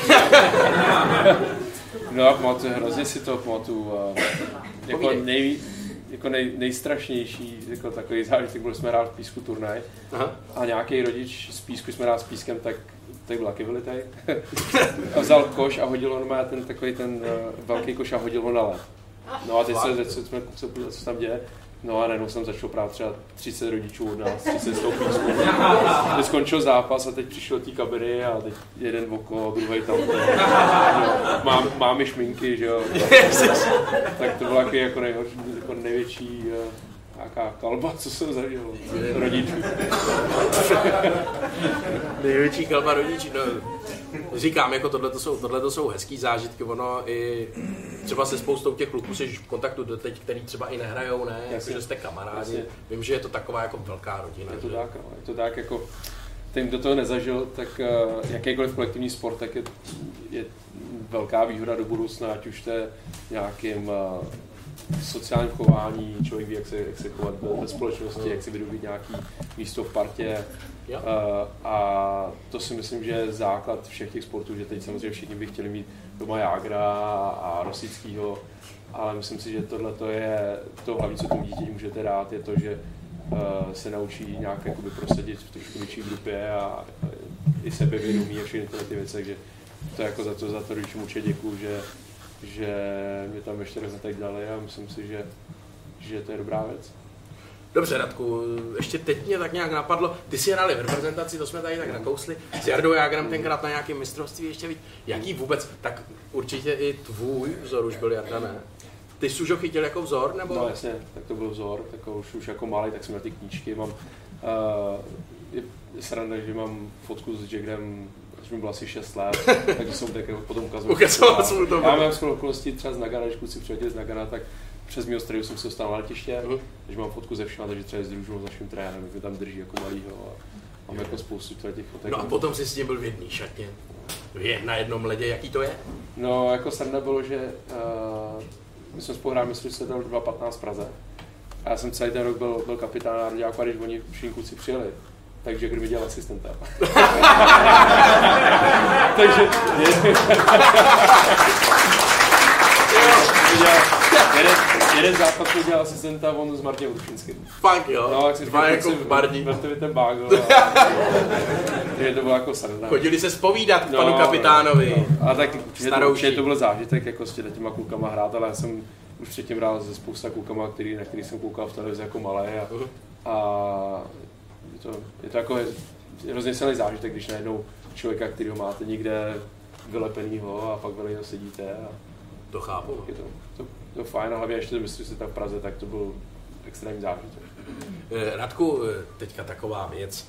no a pamatuju, hrozně si to pamatuju. A jako,
Povídej.
nej, jako nej, nejstrašnější jako takový zážitek, byl jsme hrát v písku turnaj
Aha.
a nějaký rodič z písku jsme hrát s pískem, tak tak byl taky vylitej. A vzal koš a hodil ho na ten takový ten eh, velký koš a hodil ho na led. No a teď se, teď se, jsme, se podívali, co se tam děje. No a najednou jsem začal prát třeba 30 rodičů od nás, 30 z toho písku. Teď skončil zápas a teď přišel do té kabiny a teď jeden v oko, druhý tam. Mám, máme šminky, že jo. tak to bylo takový jako, nejhorší, jako největší eh, nějaká kalba, co jsem zažil od rodičů.
Největší kalba rodičí, no, říkám, jako tohle to jsou, tohle to jsou hezký zážitky, ono i třeba se spoustou těch kluků jsi v kontaktu doteď, který třeba i nehrajou, ne,
Jasně.
jakože jste kamarádi,
Jasně.
vím, že je to taková jako velká rodina,
Je to
že?
tak, no. je to tak jako ten, kdo toho nezažil, tak eh, jakýkoliv kolektivní sport, tak je, je velká výhoda do budoucna, ať už to je nějakým eh, sociálním chování, člověk ví, jak se, jak se chovat ve- ve společnosti, jak si vydobít nějaký místo v partě.
Jo.
Eh, A to si myslím, že je základ všech těch sportů, že teď samozřejmě všichni by chtěli mít doma Jágra a Rosického, ale myslím si, že tohle to je to hlavní, co tomu dítěti můžete dát, je to, že eh, se naučí nějak jakoby, prosadit v trošku větší grupě a eh, i sebevědomí a všechny tyhle ty věci, takže to jako za to, za to rodičům určitě děkuju, že, že mě tam ve čtyřech letech dali a myslím si, že, že to je dobrá věc.
Dobře, Radku, ještě teď mě tak nějak napadlo, ty jsi hrali v reprezentaci, to jsme tady tak nakousli, s Jardou Jágrem tenkrát na nějakém mistrovství ještě víc, jaký vůbec, tak určitě i tvůj vzor už byl Jarda, ne? Ty jsi už ho chytil jako vzor, nebo?
No jasně, tak to byl vzor, tak už, už jako malý, tak jsem na ty knížky, mám, uh, je sranda, že mám fotku s Jagrem, když mi bylo asi 6 let, takže jsem tak jako potom ukazoval.
Ukazoval jsem mu to.
Já mám skoro okolností třeba z Nagana, když kluci přiletěli z Nagana, tak přes mého strýho jsem se dostal na letiště,
Mhm.
takže mám fotku ze všema, takže třeba i s družinou s naším trenérem, jak mě tam drží jako malýho a mám jako spoustu těchto těch fotek.
No a potom jsi s ním byl v jedné šatně, v je- na jednom ledě, jaký to je?
No, jako sranda bylo, že uh, my jsme spolu hráli mistrovství světa v 2015 v Praze. A já jsem celý ten rok byl, byl kapitán národňáku, a když oni všichni kluci přijeli, takže kdo mi dělal asistenta. takže jeden, dělal, jeden, jeden zápas mi dělal asistenta, on s Martinem Určinským.
Fakt jo,
No, jak si No.
dva jako v barní.
Verte mi ten bágl. a- Takže to bylo jako sranda.
Chodili se spovídat k panu kapitánovi.
No. A tak určitě to,
Starouši.
určitě to byl zážitek jako s těmi těma klukama hrát, ale já jsem už předtím hrál se spousta klukama, který, na který jsem koukal v televizi jako malý a,
Mhm.
a je, to, je to jako hrozně silný zážitek, když najednou člověka, kterého máte někde vylepenýho a pak vedle něho sedíte a
To chápu.
je to, to, to fajn a hlavně ještě to myslím, že tam v Praze, tak to byl extrémní zážitek.
Eh, Radku, eh, teďka taková věc.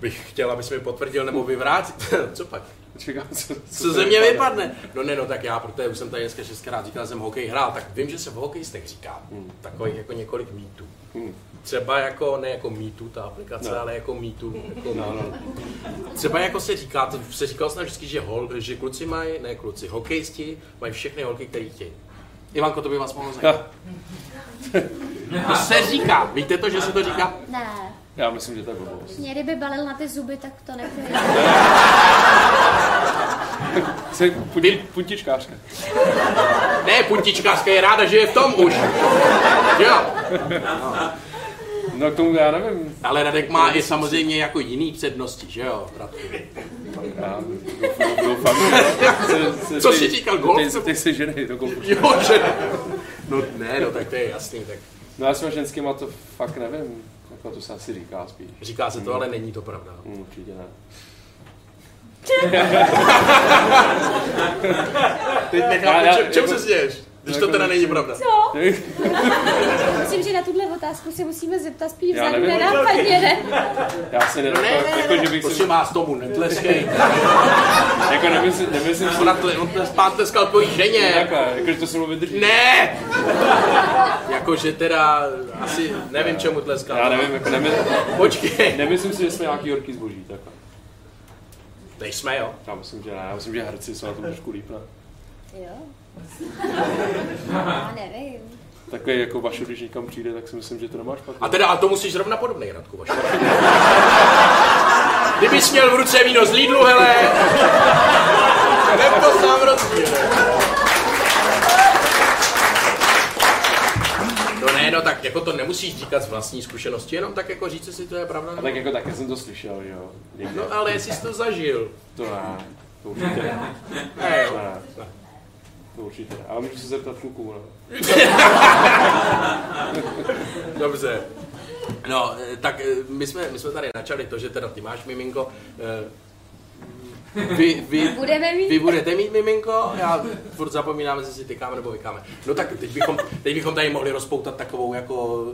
bych chtěl, abys mi potvrdil nebo vyvrátil. Co pak?
Čekám, co, co,
Co ze mě vypadne? No ne, no tak já, protože už jsem tady dneska šestkrát říkal, že jsem hokej hrál, tak vím, že se v hokejistech říká takových jako několik mýtů. Třeba jako, ne jako mýtu ta aplikace,
No.
ale jako mýtu. Jako
No, no.
Třeba jako se říká, to se říkal jsem vždycky, že, hol, že kluci mají, ne kluci, hokejisti mají všechny holky, který chtějí. Ivanko, to by vás mohlo zajímat. To se říká. Víte to, že se to říká?
Ne,
Já myslím, že to je blbost.
mě kdyby balil na ty zuby, tak to nepůjde.
Jsi punti, puntičkářka.
Ne, puntičkářka je ráda, že je v tom už. Jo.
No k tomu já nevím.
Ale Radek má i samozřejmě jako jiný přednosti, že jo? Radku?
Já doufám, doufám že se,
Co jsi říkal, golf?
Ty, ty jsi ženy do golfu.
Jo, že... No ne, no tak to je jasný, tak
No já s těma ženskýma to fakt nevím. Jako to se asi říká spíš.
říká se to, ale není to pravda.
Mm, určitě ne.
Teď
Já- já-
nechápu, čem, čem
jako-
se směješ? Když to
jako
teda
nechci-
není pravda.
Co? Myslím, že na tuhle otázku se musíme zeptat spíš
Já
vzadu,
nevím.
nenápadně, ne?
Já si
No
nedoufám,
ne, ne,
jako,
ne,
že
ne,
bych si,
prosím vás, Prostě tomu netleskej.
jako nemyslím, nemyslím si,
On na tle- On tles- pán tleskal tvojí ženě.
takhle, jako, že to se mnou vydrží.
Ne! Jakože teda, asi nevím čemu
Já
tleskal.
nevím, jako nemy,
Počkej.
nemyslím si, že jsme nějaký horký zboží, takhle.
Nejsme, jo?
Já myslím, že ne, já myslím, že herci jsou na tom trošku líp, ne?
Jo. Já nevím.
Takový jako vaše, když někam přijde, tak si myslím, že to nemá špatně.
A teda, a to musíš zrovna podobný, Radku, vaše. Kdybys měl v ruce víno z Lidlu, hele, nebo to sám rozdíl. No ne, no tak jako to nemusíš říkat z vlastní zkušenosti, jenom tak jako říct, jestli to je pravda.
A
Nebo...
tak jako také jsem to slyšel, že jo. Někde.
No ale jestli jsi to zažil. No,
To ne, to určitě ne.
Ne,
To
jo.
ne. To určitě ne. Ale můžu se zeptat kluků, no.
Dobře. No, eh, tak eh, my jsme, my jsme tady načali to, že teda ty máš miminko. eh, Vy, vy,
Budeme mít?
Vy budete mít miminko, já furt zapomínám, jestli si tykáme nebo vykáme. No tak teď bychom, teď bychom tady mohli rozpoutat takovou jako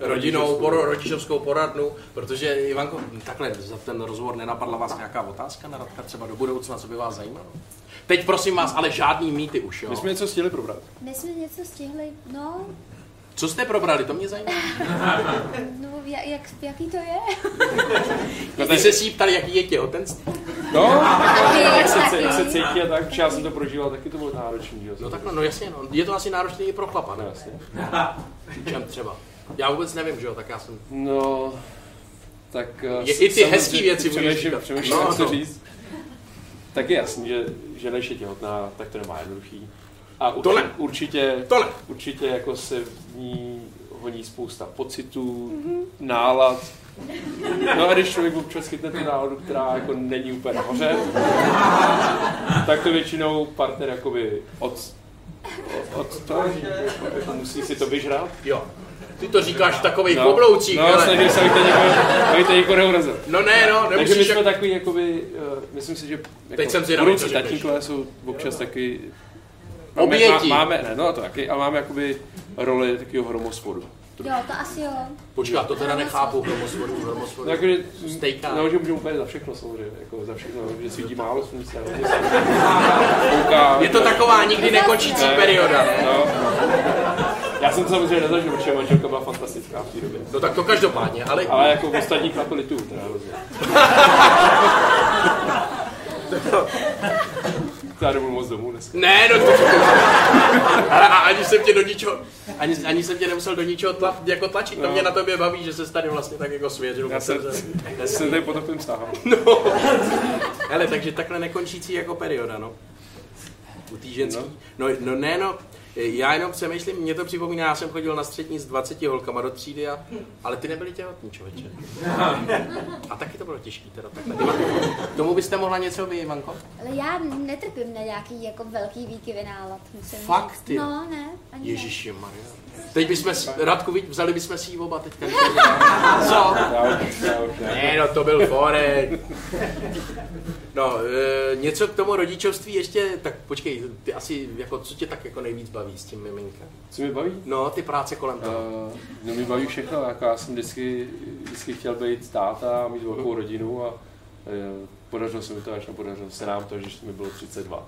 rodinou, poro, rodičovskou poradnu, protože Ivanko, takhle za ten rozhovor nenapadla vás nějaká otázka na Radka třeba do budoucna, co by vás zajímalo? Teď prosím vás, ale žádný mýty už, jo?
My jsme něco chtěli probrat.
My jsme něco stihli, no,
Co jste probrali, to mě zajímá.
no jak, jak, jaký to je?
Vy jste si jí ptali, jaký je těhotenství?
No, jak se,
Taky,
jak se
taky.
cítí a tak, protože já jsem to prožíval, taky to bylo náročný, že jo.
No takhle, no jasně, no. je to asi náročný i pro chlapa,
No,
ne?
jasně.
Čem třeba? Já vůbec nevím, že jo, tak já jsem...
No, tak... eh,
Je- i ty
samozřejmě
hezký věci můžeš
Přemýšlím,
říkat.
přemýšlím
No,
jak to
no.
říct. Tak je jasný, že, že než je těhotná, tak to nemá jednoduchý. A určitě,
To ne.
určitě,
To ne.
určitě jako se v ní honí spousta pocitů, nálad. No a když člověk občas chytne tu náladu, která jako není úplně nahoře, tak to většinou partner jakoby od, od to, musí si to vyžrát.
Jo. Ty to říkáš v takových no.
No,
obloucích,
no,
no,
snažím se, abych to někoho, abych to někoho neurazil.
no ne, no,
Takže my
nemusíš...
jsme
Jak...
takový, jakoby, uh, myslím si, že jako
Teď jsem zvědavý,
budoucí
co řekneš.
tatínkové jsou občas taky...
Oběti.
máme, ne, no to taky, ale máme jakoby roli takového hromospodu.
Jo, to asi jo.
Počkat, to teda nechápu, hromosvodu, hromosvodu.
No, jakože,
Stejka.
no, že můžeme úplně za všechno samozřejmě, jako za všechno, že svítí málo slunce, hodně se kouká.
Je to taková nikdy nekončící
Ne.
perioda, ne?
No. Já jsem to samozřejmě nezažil, protože manželka byla fantastická v té době.
No tak to každopádně, ale
Ale jako ostatní chlapy lituju, teda hrozně. Já nebudu moc domů dneska.
Ne, no to... A, a ani jsem tě do ničeho... Ani, ani jsem tě nemusel do ničeho tla, jako tlačit, to
No.
mě na tobě baví, že se tady vlastně tak jako svěřil.
Já se, já se tady potopím sám.
No. Hele, takže takhle nekončící jako perioda, no. U té ženský. No. no, ne, no. Já jenom přemýšlím, mě to připomíná, já jsem chodil na střední s 20 holkama do třídy, a, ale ty nebyly těhotný, člověče. A taky to bylo těžký, teda takhle. Ivanko, k Tomu byste mohla něco vy, Ivanko?
Ale já netrpím na nějaký jako velký výkyvy nálad, musím
Fakt,
říct.
ty jo.
No, ne, ani ne.
Ježíši Maria. Teď bychom, si- Radku, vi- vzali bychom si ji oba teďka. Co?
Já už, já už ne.
Ne, no to byl forek. No, e, něco k tomu rodičovství ještě, tak počkej, ty asi, jako, co tě tak jako nejvíc baví s tím miminkem?
Co mě baví?
No, ty práce kolem toho.
Uh, no mě baví všechno, jako já jsem vždycky, vždycky chtěl být táta, mít velkou rodinu a uh, podařilo se mi to až no, podařilo se nám to, když mi bylo 32.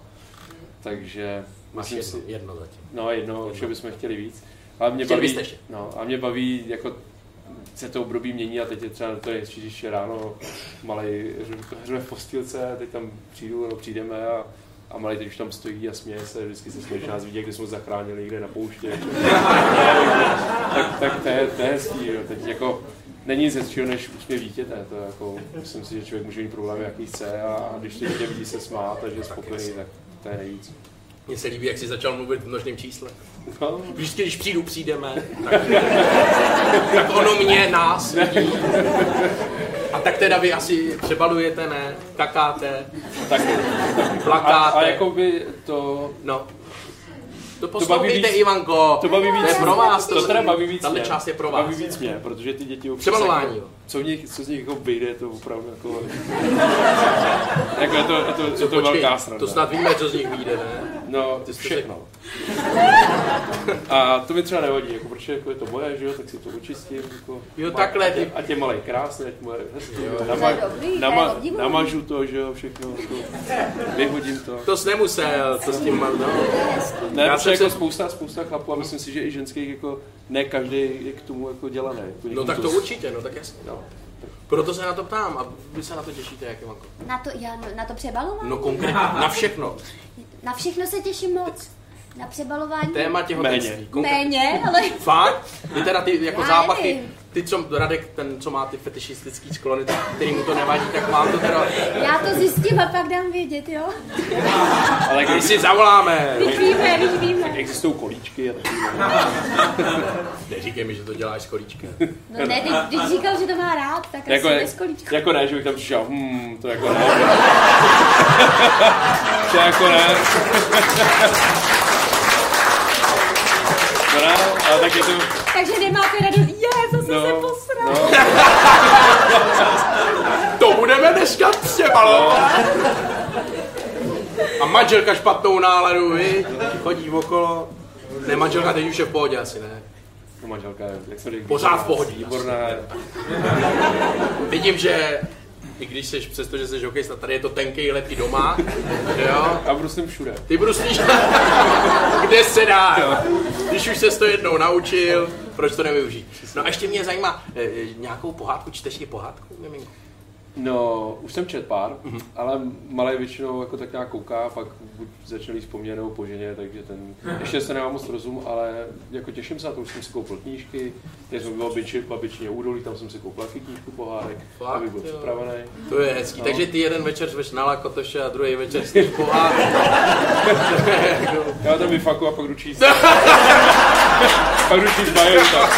Takže
Máš
myslím
jedno, jedno zatím.
no jedno, určitě bychom chtěli víc. Ale mě
Chtěli
baví,
byste ještě.
no, a mě baví, jako se to období mění a teď je třeba to je hezčí, když je ráno malej hře- hřeve v postýlce a teď tam přijdu nebo přijdeme a, a malej teď už tam stojí a směje se, vždycky se směje, že nás vidí, jak jsme ho zachránili někde na poušti. tak, tak to je, to je hezký, jo. teď jako není nic hezčího než úsměv dítěte, to je jako, myslím si, že člověk může mít problémy, jaký chce a když to dítě vidí se smát a že je spokojený, tak to je nejvíc.
Mně se líbí, jak jsi začal mluvit v množném čísle.
No,
Vždycky, když přijdu, přijdeme, tak, tak ono mě, nás vidí. A tak teda vy asi přebalujete, ne? Kakáte,
tak,
plakáte.
a, jako a jakoby to,
No. To
baví
poslouchejte,
víc.
Ivanko.
To baví víc.
To je pro vás.
to teda baví víc
Tahle
mě.
část je pro
To
vás.
Baví víc mě, protože ty děti občas
Přebalování,
jako-
jo.
Co, v nich, co z nich jako vyjde, to opravdu jako... jako je to, je to, je to
Počkej,
velká sranda.
to snad víme, co z nich vyjde, ne?
No,
Ty jsi to
všechno. A to mi třeba nevadí, jako, protože jako je to moje, že jo, tak si to očistím. Jako,
Jo,
má-
takhle,
Ať, je-
ty-
ať je malej krásný, ať moje hezký. Jo,
To je dobrý, to je obdivuhodný.
namažu to, že jo, všechno. Jako, vyhodím to.
To jsi nemusel, co s tím mám, no.
Ne,
Já
já
jsem
protože jako
se-
spousta, spousta chlapů a myslím si, že i ženských jako ne každý je k tomu jako dělaný. Jako
No
někomu
tak to určitě, no tak jasně.
No.
Proto se na to ptám a vy se na to těšíte, jak Ivanko?
Na to, já, na to přebalování?
No konkrétně, na všechno.
Na všechno se těším moc. Na přebalování
Téma těhotenství.
Méně.
Konkrétně.
méně, ale
Fakt? Ty teda ty jako
Já
zápachy,
nevím.
ty co Radek, ten co má ty fetišistický sklony, který mu to nevadí, tak mám to teda,
já to zjistím a pak dám vědět, jo?
Ale
když
když si...
si zavoláme.
Teď víme, teď víme.
Existují kolíčky a taky.
Neříkej mi, že to děláš s kolíčkem.
No ne, teď, když říkal, že to má rád, tak
Jako,
asi bez kolíčka.
jako ne, že bych tam přišel, hmm, to jako ne. to jako ne. no ne, ale tak je to...
Takže nemáte radost. Je, zase
No,
se posral.
no,
To budeme dneska přebalovat. A manželka špatnou náladu, vy? Chodí okolo. Ne, manželka teď už je v pohodě asi, ne?
no manželka, jak jsem řekl.
Pořád v pohodě.
Výborná.
Vidím, že i když jsi, přesto, že jsi hokejista, tady je to tenkej letý doma, že jo?
A prostě všude.
Ty bruslíš, kde se dá, když už se to jednou naučil, proč to nevyužít? No a ještě mě zajímá, e, e, nějakou pohádku, čteš i pohádku, miminko?
No, už jsem čet pár,
Mhm.
mm-hmm. ale malý většinou jako tak nějak kouká, pak buď začne líst po mně nebo po ženě, takže ten, ještě se nemám moc rozum, ale jako těším se na to, už jsem si koupil knížky, teď jsem byl babiči, babičně údolí, tam jsem si koupil taky knížku pohádek,
Fakt,
aby byl
jo.
připravený.
To je hezký, takže ty jeden večer zveš na lakotoše a druhý večer jsi pohádku.
Já tam vyfaku a pak jdu číst. pak jdu číst Bajerka.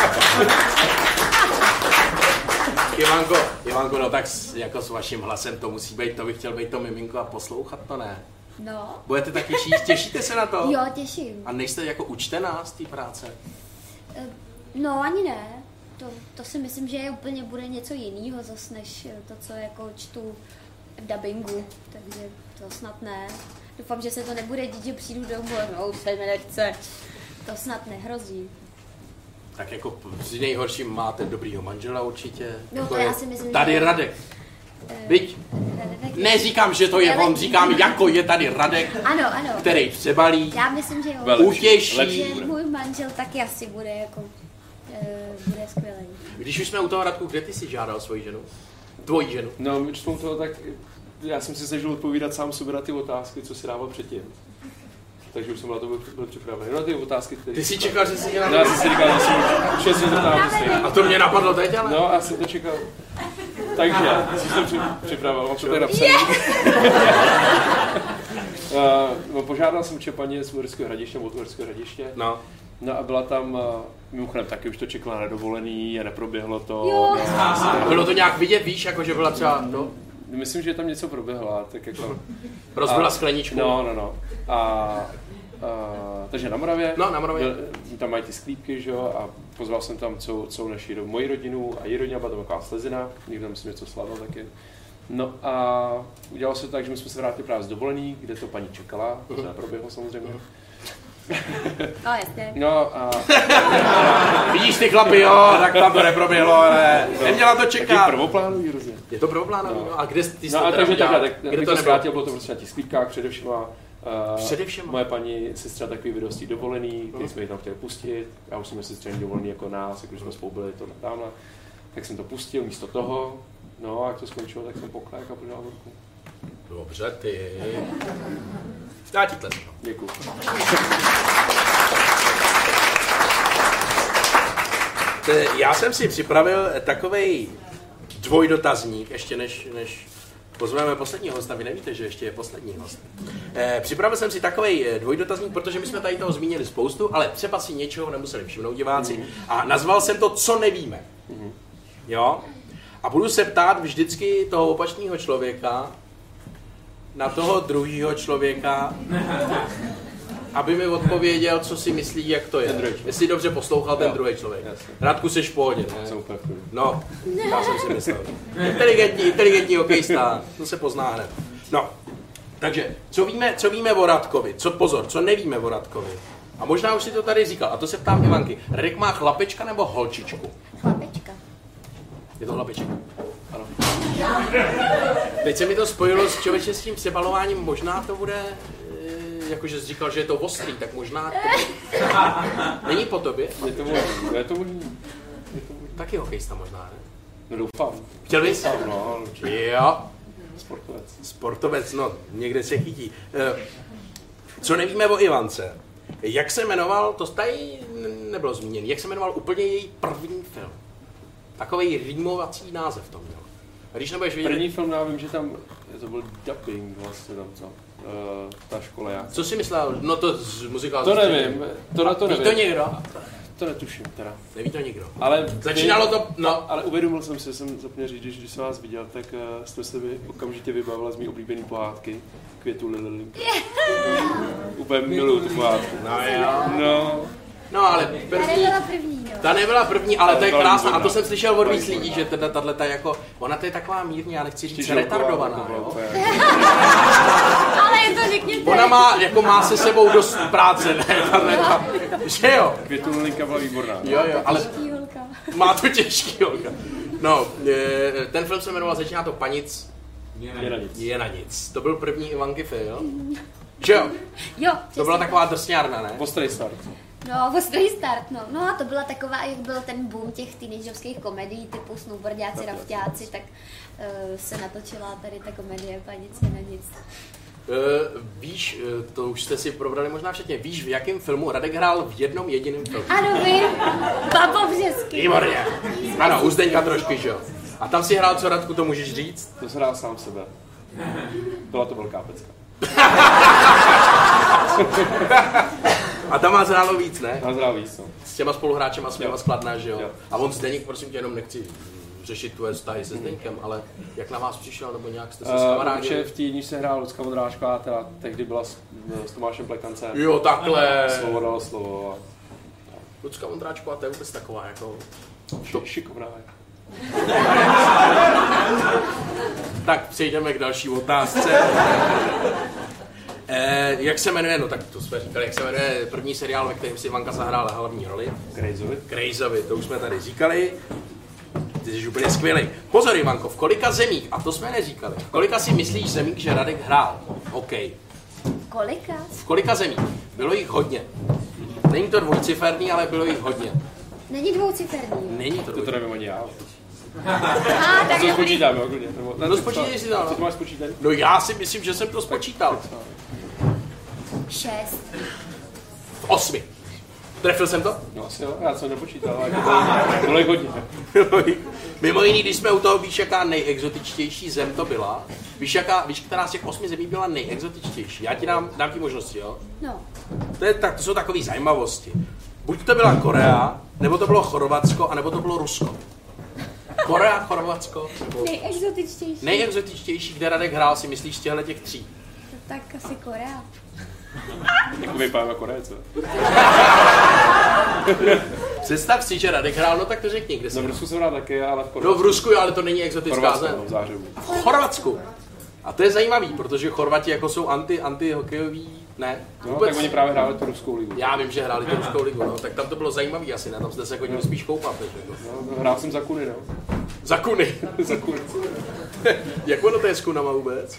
Ivanko, Ivanko, no tak s, jako s vaším hlasem to musí být, to bych chtěl být to miminko a poslouchat to ne.
No,
Budete taky číst, těšíte se na to?
jo, těším.
A nejste jako učtená z té práce?
Eh, No, ani ne. To, to si myslím, že je úplně bude něco jiného zas, než eh, to, co jako čtu v dubbingu. Takže to snad ne. Doufám, že se to nebude dít, že přijdu domů a no, už se mi nechce. To snad nehrozí.
Tak jako p- při nejhorším máte dobrýho manžela určitě.
No,
Jako
to já
je
si myslím, že- Eh.
Tady Radek. Byť,
Radek-
neříkám, že to je
Ale-
on, říkám, jako je tady Radek,
Ano, ano.
který přebalí,
Já myslím, že jo.
Velmi.
utěší.
Že můj manžel taky asi bude jako... eh, bude skvělý.
Když už jsme u toho Radku, kde ty jsi žádal svoji ženu? Tvoji ženu.
No, my čtou toho tak, já jsem si snažil odpovídat sám sobě na ty otázky, co si dával předtím. Takže už jsem na to byl, byl připravený. Na ty otázky, které...
Ty jsi čekal, že jsi dělal.
No, já jsem si říkal, že jsem už je zeptám
A to mě napadlo teď, ale...
No, já jsem to čekal. Takže, já jsem při- připravil, mám to tady napsané. Uh, no, požádal jsem Čepaně z Uherského hradiště, nebo od Uherského hradiště.
No.
No a byla tam, uh, mimochodem taky už to čekala na dovolený a neproběhlo to.
Jo.
A bylo to nějak vidět, víš, jako že byla třeba, no,
No, myslím, že tam něco proběhla, tak jako...
rozbila
A-
skleničku.
No, no, no. A, a, takže na Moravě.
No, na Moravě.
Byl- Tam mají ty sklípky, že jo, a pozval jsem tam celou, celou naši, ro- moji rodinu a její rodina, byla tam taková slezina, někdo tam si něco slavil taky. No a udělalo se to tak, že my jsme se vrátili právě z dovolený, kde to paní čekala,
Mhm.
to neproběhlo samozřejmě.
No jasně.
No a no.
Vidíš ty chlapy, jo, tak tam to neproběhlo, ale neměla to
taky
čekat.
prvoplánový hrozně.
Je to problémový, no. a kde jsi- ty jsi
No. No a
teda
takže
udělal?
takhle, tak,
kde
tak
to
to
nebylo?
zkrátil, bylo to prostě na tisklíkách především. A, eh,
Především? Mhm.
Moje paní sestra takový video z té dovolený, který jsme ji tam chtěli pustit. Já už jsem měl sestřený dovolený jako nás, jako když jsme spolu byli to tamhle. Tak jsem to pustil místo toho. No a jak to skončilo, tak jsem poklek a podal ruku.
Dobře, ty. Já ti tleskám.
Děkuji.
T- Já jsem si připravil takovej dvojdotazník, ještě než, než pozveme posledního hosta. Vy nevíte, že ještě je poslední host. Eh, Připravil jsem si takový dvojdotazník, protože my jsme tady toho zmínili spoustu, ale třeba si něčeho nemuseli všimnout
Mhm.
diváci. A nazval jsem to, co nevíme. Jo? A budu se ptát vždycky toho opačného člověka na toho druhého člověka, aby mi odpověděl, co si myslí, jak to je.
Ten druhý člověk.
Jestli dobře poslouchal ten
Jo.
druhý člověk.
Jasně.
Radku, jsi v pohodě. ne?
Jsem úplně v klidu.
No, já jsem si myslel. Inteligentní, inteligentní hokejista, to se pozná hned. No, takže, co víme, co víme o Radkovi? Co pozor, co nevíme o Radkovi? A možná už si to tady říkal, a to se ptám Ivanky. Radek má chlapečka nebo holčičku?
Chlapečka.
Je to chlapeček? Ano. Teď se mi to spojilo s člověče s tím přebalováním, možná to bude, eh, jakože jsi říkal, že je to ostrý, tak možná to Není po tobě?
Je to možný, je to možný.
Taky hokejista možná, ne?
No doufám.
Chtěl bys?
Doufám, no, určitě.
Jo.
Sportovec.
Sportovec, no, někde se chytí. Eh, Co nevíme o Ivance? Jak se jmenoval, to tady n- nebylo zmíněno, jak se jmenoval úplně její první film? Takový rýmovací název to měl. A když nebudeš vědět,
První film, já vím, že tam, to byl dubbing vlastně tam co, Eh, ta škola já.
co jsi myslel? No to z muzikálu.
To nevím, to na to
Ví to
nevím,
někdo?
to netuším teda.
Neví to nikdo.
Ale
Začínalo to, no,
Ale uvědomil jsem si, že jsem zapomněl říct, když, když jsem vás viděl, tak uh, jste se mi okamžitě vybavila z mý oblíbený pohádky, Květu Lili. Úplně miluju tu pohádku.
no, jo.
No,
no ale
Tady
první,
byla první, no.
Ta nebyla první, ale
Ale
to je
byla
krásná. A
výborná.
to jsem slyšel od
Byla
víc lidí,
výborná.
že teda tahle ta jako, ona to je taková mírně, já nechci říct
Žilková,
retardovaná,
to jako bylo
jo.
úplně-
Ale je to řekněte.
Ona má, jako má se sebou dost práce, ne? Tahle ta, že jo?
Květu Lilinka byla výborná.
Jo, jo, ale
Těžký holka.
má to těžký holka. No, eh, ten film se jmenoval Začíná to panic,
Je na nic.
je na nic. To byl první Ivanky film. Že jo?
Jo,
To byla
přesně.
taková drsňárna, ne?
Ostrý start.
No, ostrý start, no. No a to byla taková, jak byl ten boom těch teenagerovských komedií typu snowboardiáci, rafťáci, tak eh, se natočila tady ta komedie Panice na nic.
Eh, Víš, eh, to už jste si probrali možná všetně, víš, v jakém filmu Radek hrál v jednom jediném filmu?
Ano, vy, babo březky.
Výborně. Ano, u Zdeňka trošky, že jo. A tam si hrál co, Radku, to můžeš říct?
To se dá sám sebe. Byla to velká pecka.
A tam vás hrálo víc, ne?
Na zdraví jsem.
S těma spoluhráčema s měma
Jo.
skladná, že jo?
Jo.
A on Zdeněk, prosím tě, jenom nechci řešit tvoje vztahy se Zdeňkem, ale jak na vás přišel, nebo nějak jste se
Uh, že
skamarádili?
v té níž se hrál Lucka Modrášková, teda tehdy byla s, s Tomášem Plekancem.
Jo, takhle.
Slovo dalo slovo a
Lucka Ondráčková, to je vůbec taková, jako...
ši- šikovná. je.
Tak přejdeme k další otázce. Eh, jak se jmenuje, no tak to jsme říkali, jak se jmenuje první seriál, ve kterém si Ivanka zahrála hlavní roli?
Krejzovi.
Krejzovi, to už jsme tady říkali. Ty jsi úplně skvělý. Pozor, Ivanko, v kolika zemích, a to jsme neříkali, v kolika si myslíš zemích, že Radek hrál? OK.
Kolika?
V kolika zemích? Bylo jich hodně. Není to dvojciferný, ale bylo jich hodně.
Není dvouciferní.
Není to
To to
dvojciferný.
nevím ani já.
A, tak
To
dobrý.
spočítám, jo, klidně. Nebo, ne,
No,
to-
spočítej
to-
si to, no.
Co to máš spočítat?
No já si myslím, že jsem to spočítal.
Šest.
V osmi. Trefil jsem to?
No asi jo, já jsem nepočítal, ale jako bylo jich hodně.
Mimo jiný, když jsme u toho, víš, jaká nejexotičtější zem to byla? Víš, jaká, víš která z těch osmi zemí byla nejexotičtější? Já ti dám, dám ti možnosti, jo?
No,
To, je, tak, to jsou takové zajímavosti. Buď to byla Korea, nebo to bylo Chorvatsko, anebo to bylo Rusko. Korea, Chorvatsko, nebo...
nejexotičtější.
Nejexotičtější, kde Radek hrál, si myslíš z těchto těch tří?
Tak asi Korea.
Jako vypadám jako Korejce.
Představ si, že Radek hrál, no tak to řekni, kde jsi.
No v
hrál.
Rusku jsem rád také, ale v
No v
Chorvatsku.
Rusku, jo, ale to není
v
exotická
Chorvatsku,
země.
no, v Zářebu.
V Chorvatsku. A to je zajímavý, protože Chorvati jako jsou anti, anti hokejový, ne?
No, tak oni právě hráli tu ruskou ligu.
Já vím, že hráli tu ruskou ligu, no, tak tam to bylo zajímavý asi, ne? Tam jste se jako tím spíš koupat, teď, jako.
No, hrál jsem za kuny, no.
Za kuny.
za kuny.
Jak ono to je s kunama vůbec?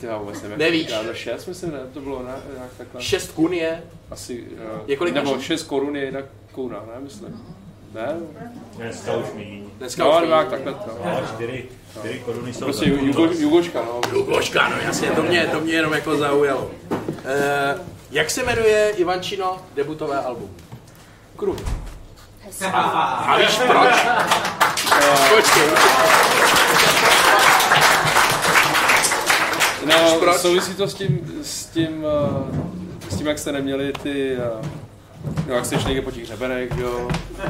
Ty já vůbec nevím.
Nevíš.
Já, no šest, myslím, ne? To bylo ne? nějak takhle.
Šest kun je?
Asi, eh,
Je kolik
nebo
máš?
šest korun je jedna kouna, ne, myslím. Ne?
Dneska už míň.
Dneska
No,
už
dva,
ví.
takhle to.
Ale čtyři, čtyři koruny jsou
Prostě
za
ju-
kurz.
jugo, jugočka, no.
Luboška, no jasně, to mě, to mě jenom jako zaujalo. Eh, jak se jmenuje Ivančino debutové album?
Kruh.
A víš proč? Počkej,
No,
proč?
souvisí to s tím, s tím, eh, s tím, jak jste neměli ty, eh, no, jak jste šli někde po těch hřebenech, jo,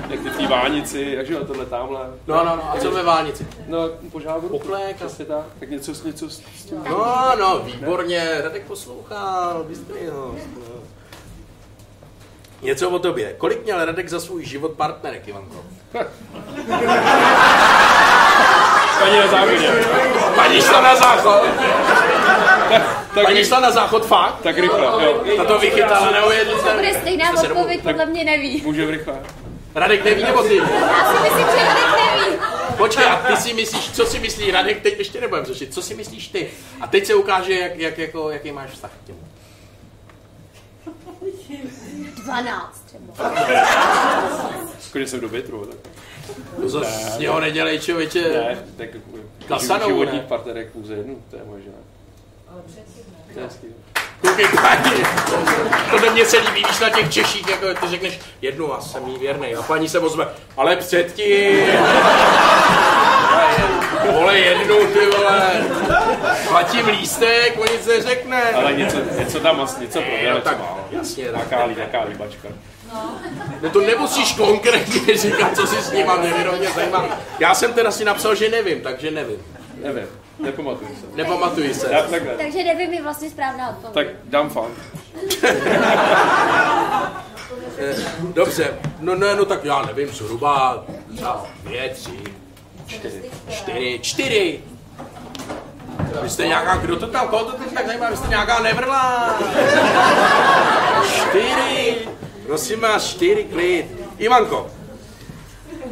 jak ty v té vánici, jak jo, tohle tamhle.
No, no, no, a co ve Vánici?
No, požáru.
Poklek a-
Přesně tak, tak něco, s- něco s s tím.
No, no, výborně, Radek poslouchal, bystrý host. no. Něco o tobě. Kolik měl Radek za svůj život partnerek, Ivanko?
Paní na závěrě.
Paní šla na záchod,
Tak,
paní
ry-
šla na záchod fakt,
tak rychle, jo.
ta to vychytala,
To bude
neuvěřitelně.
stejná
Jste se
odpověď, podle mě neví.
Můžeme rychle.
Radek neví nebo ty?
Já si myslím, že Radek neví.
Počkej, a ty si myslíš, co si myslí Radek, teď ještě nebudem řešit, co si myslíš ty? A teď se ukáže, jak, jak, jako, jaký máš vztah k těmu.
12 třeba.
Skoro jsem do větru, tak.
To zas z něho nedělej, člověče.
Ne, tak jako-
Kasanou,
životní
ne?
partnerek pouze jednu, to je možné. To je hezký.
Koukej, paní. To do mě se líbí, víš, na těch Češích, jako ty řekneš jednu a jsem jí věrnej. A paní se ozve, ale předtím. Vole jednu, ty vole. Platím lístek, on nic neřekne.
Ale něco, něco tam asi, něco
No
prodáme, co
tak,
málo.
jasně, tak.
Taká lí, taká líbačka.
No to nemusíš konkrétně říkat, co si s ním mám, mě jenom mě zajímá. Já jsem teda si napsal, že nevím, takže nevím.
Nevím, nepamatuju se.
Nepamatuji se.
Tak, takhle.
Takže nevím, je vlastně správná odpověď.
Tak dám fakt.
Dobře, no ne, no tak já nevím, zhruba za dvě, tři,
Čtyři.
čtyři, čtyři. Vy jste nějaká, kdo to tam, koho to teď tak zajímá, vy jste nějaká nevrlá. Čtyři, prosím vás, čtyři, klid. Ivanko,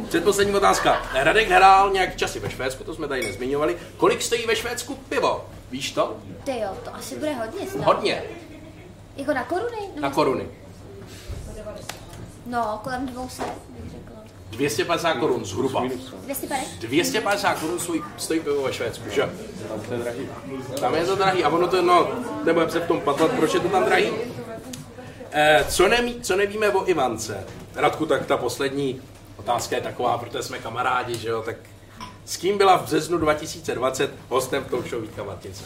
předposlední otázka. Radek hrál nějaký časy ve Švédsku, to jsme tady nezmiňovali. Kolik stojí ve Švédsku pivo? Víš to?
Ty jo, to asi bude hodně snad.
Hodně,
Jako na koruny? No,
na koruny.
no kolem 200 bych řekla.
250 korun zhruba.
250?
250 korun stojí, stojí pivo ve Švédsku, že?
Tam to je drahý.
Tam je to drahý a ono to, no, nebudeme se v tom patlat, proč je to tam drahý. Eh, co, nemí, co nevíme o Ivance? Radku, tak ta poslední otázka je taková, protože jsme kamarádi, že jo, tak s kým byla v březnu 2020 hostem v talk show Vítka Martince?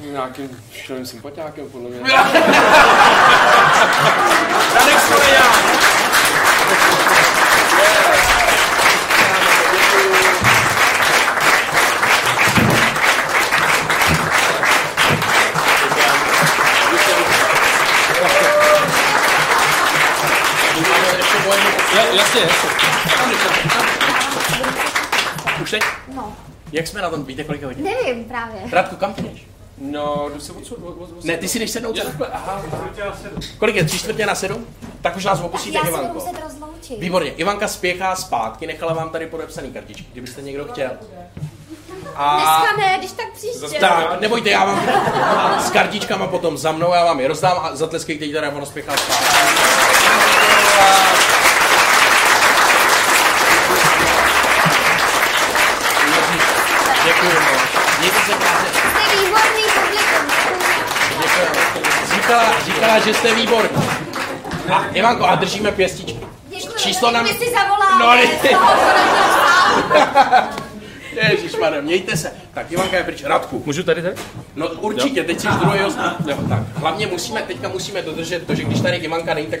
Nějakým šelým sympatiákem, podle mě.
Radek Skoleja!
Jasně, jasně.
Už teď?
No,
Jak jsme na tom? Víte, kolik je hodin?
nevím právě.
Radku, kam ty jdeš?
No, jdu se odsud. od- od- od-
Ne, ty si jdeš sednout takhle. Aha. Kolik je? Tři čtvrtě na sedm? Tak už nás opustíte,
Já se budu
Ivanko.
muset rozloučit.
Výborně, Ivanka spěchá zpátky, nechala vám tady podepsaný kartičky, kdybyste někdo chtěl. A
Dneska ne, když tak příště.
tak, nebojte, já vám s kartičkama potom za mnou, já vám je rozdám a zatleskejte jí teda, ono spěchá zpátky. Děkuji moc. Mějte se krásně.
Jste výborný publikum.
Říkala, říkala, že jste výborní. A Ivanko, a držíme pěstičky.
Děkuji,
Číslo na-
my si zavoláme.
No, ne.
z toho konečného sálu.
Ježišmarja, mějte se. Tak Ivanka je pryč. Radku.
Můžu tady tak?
No určitě, teď jsi z druhého. Jo, tak. Hlavně musíme, teďka musíme dodržet to, že když tady Ivanka není, tak to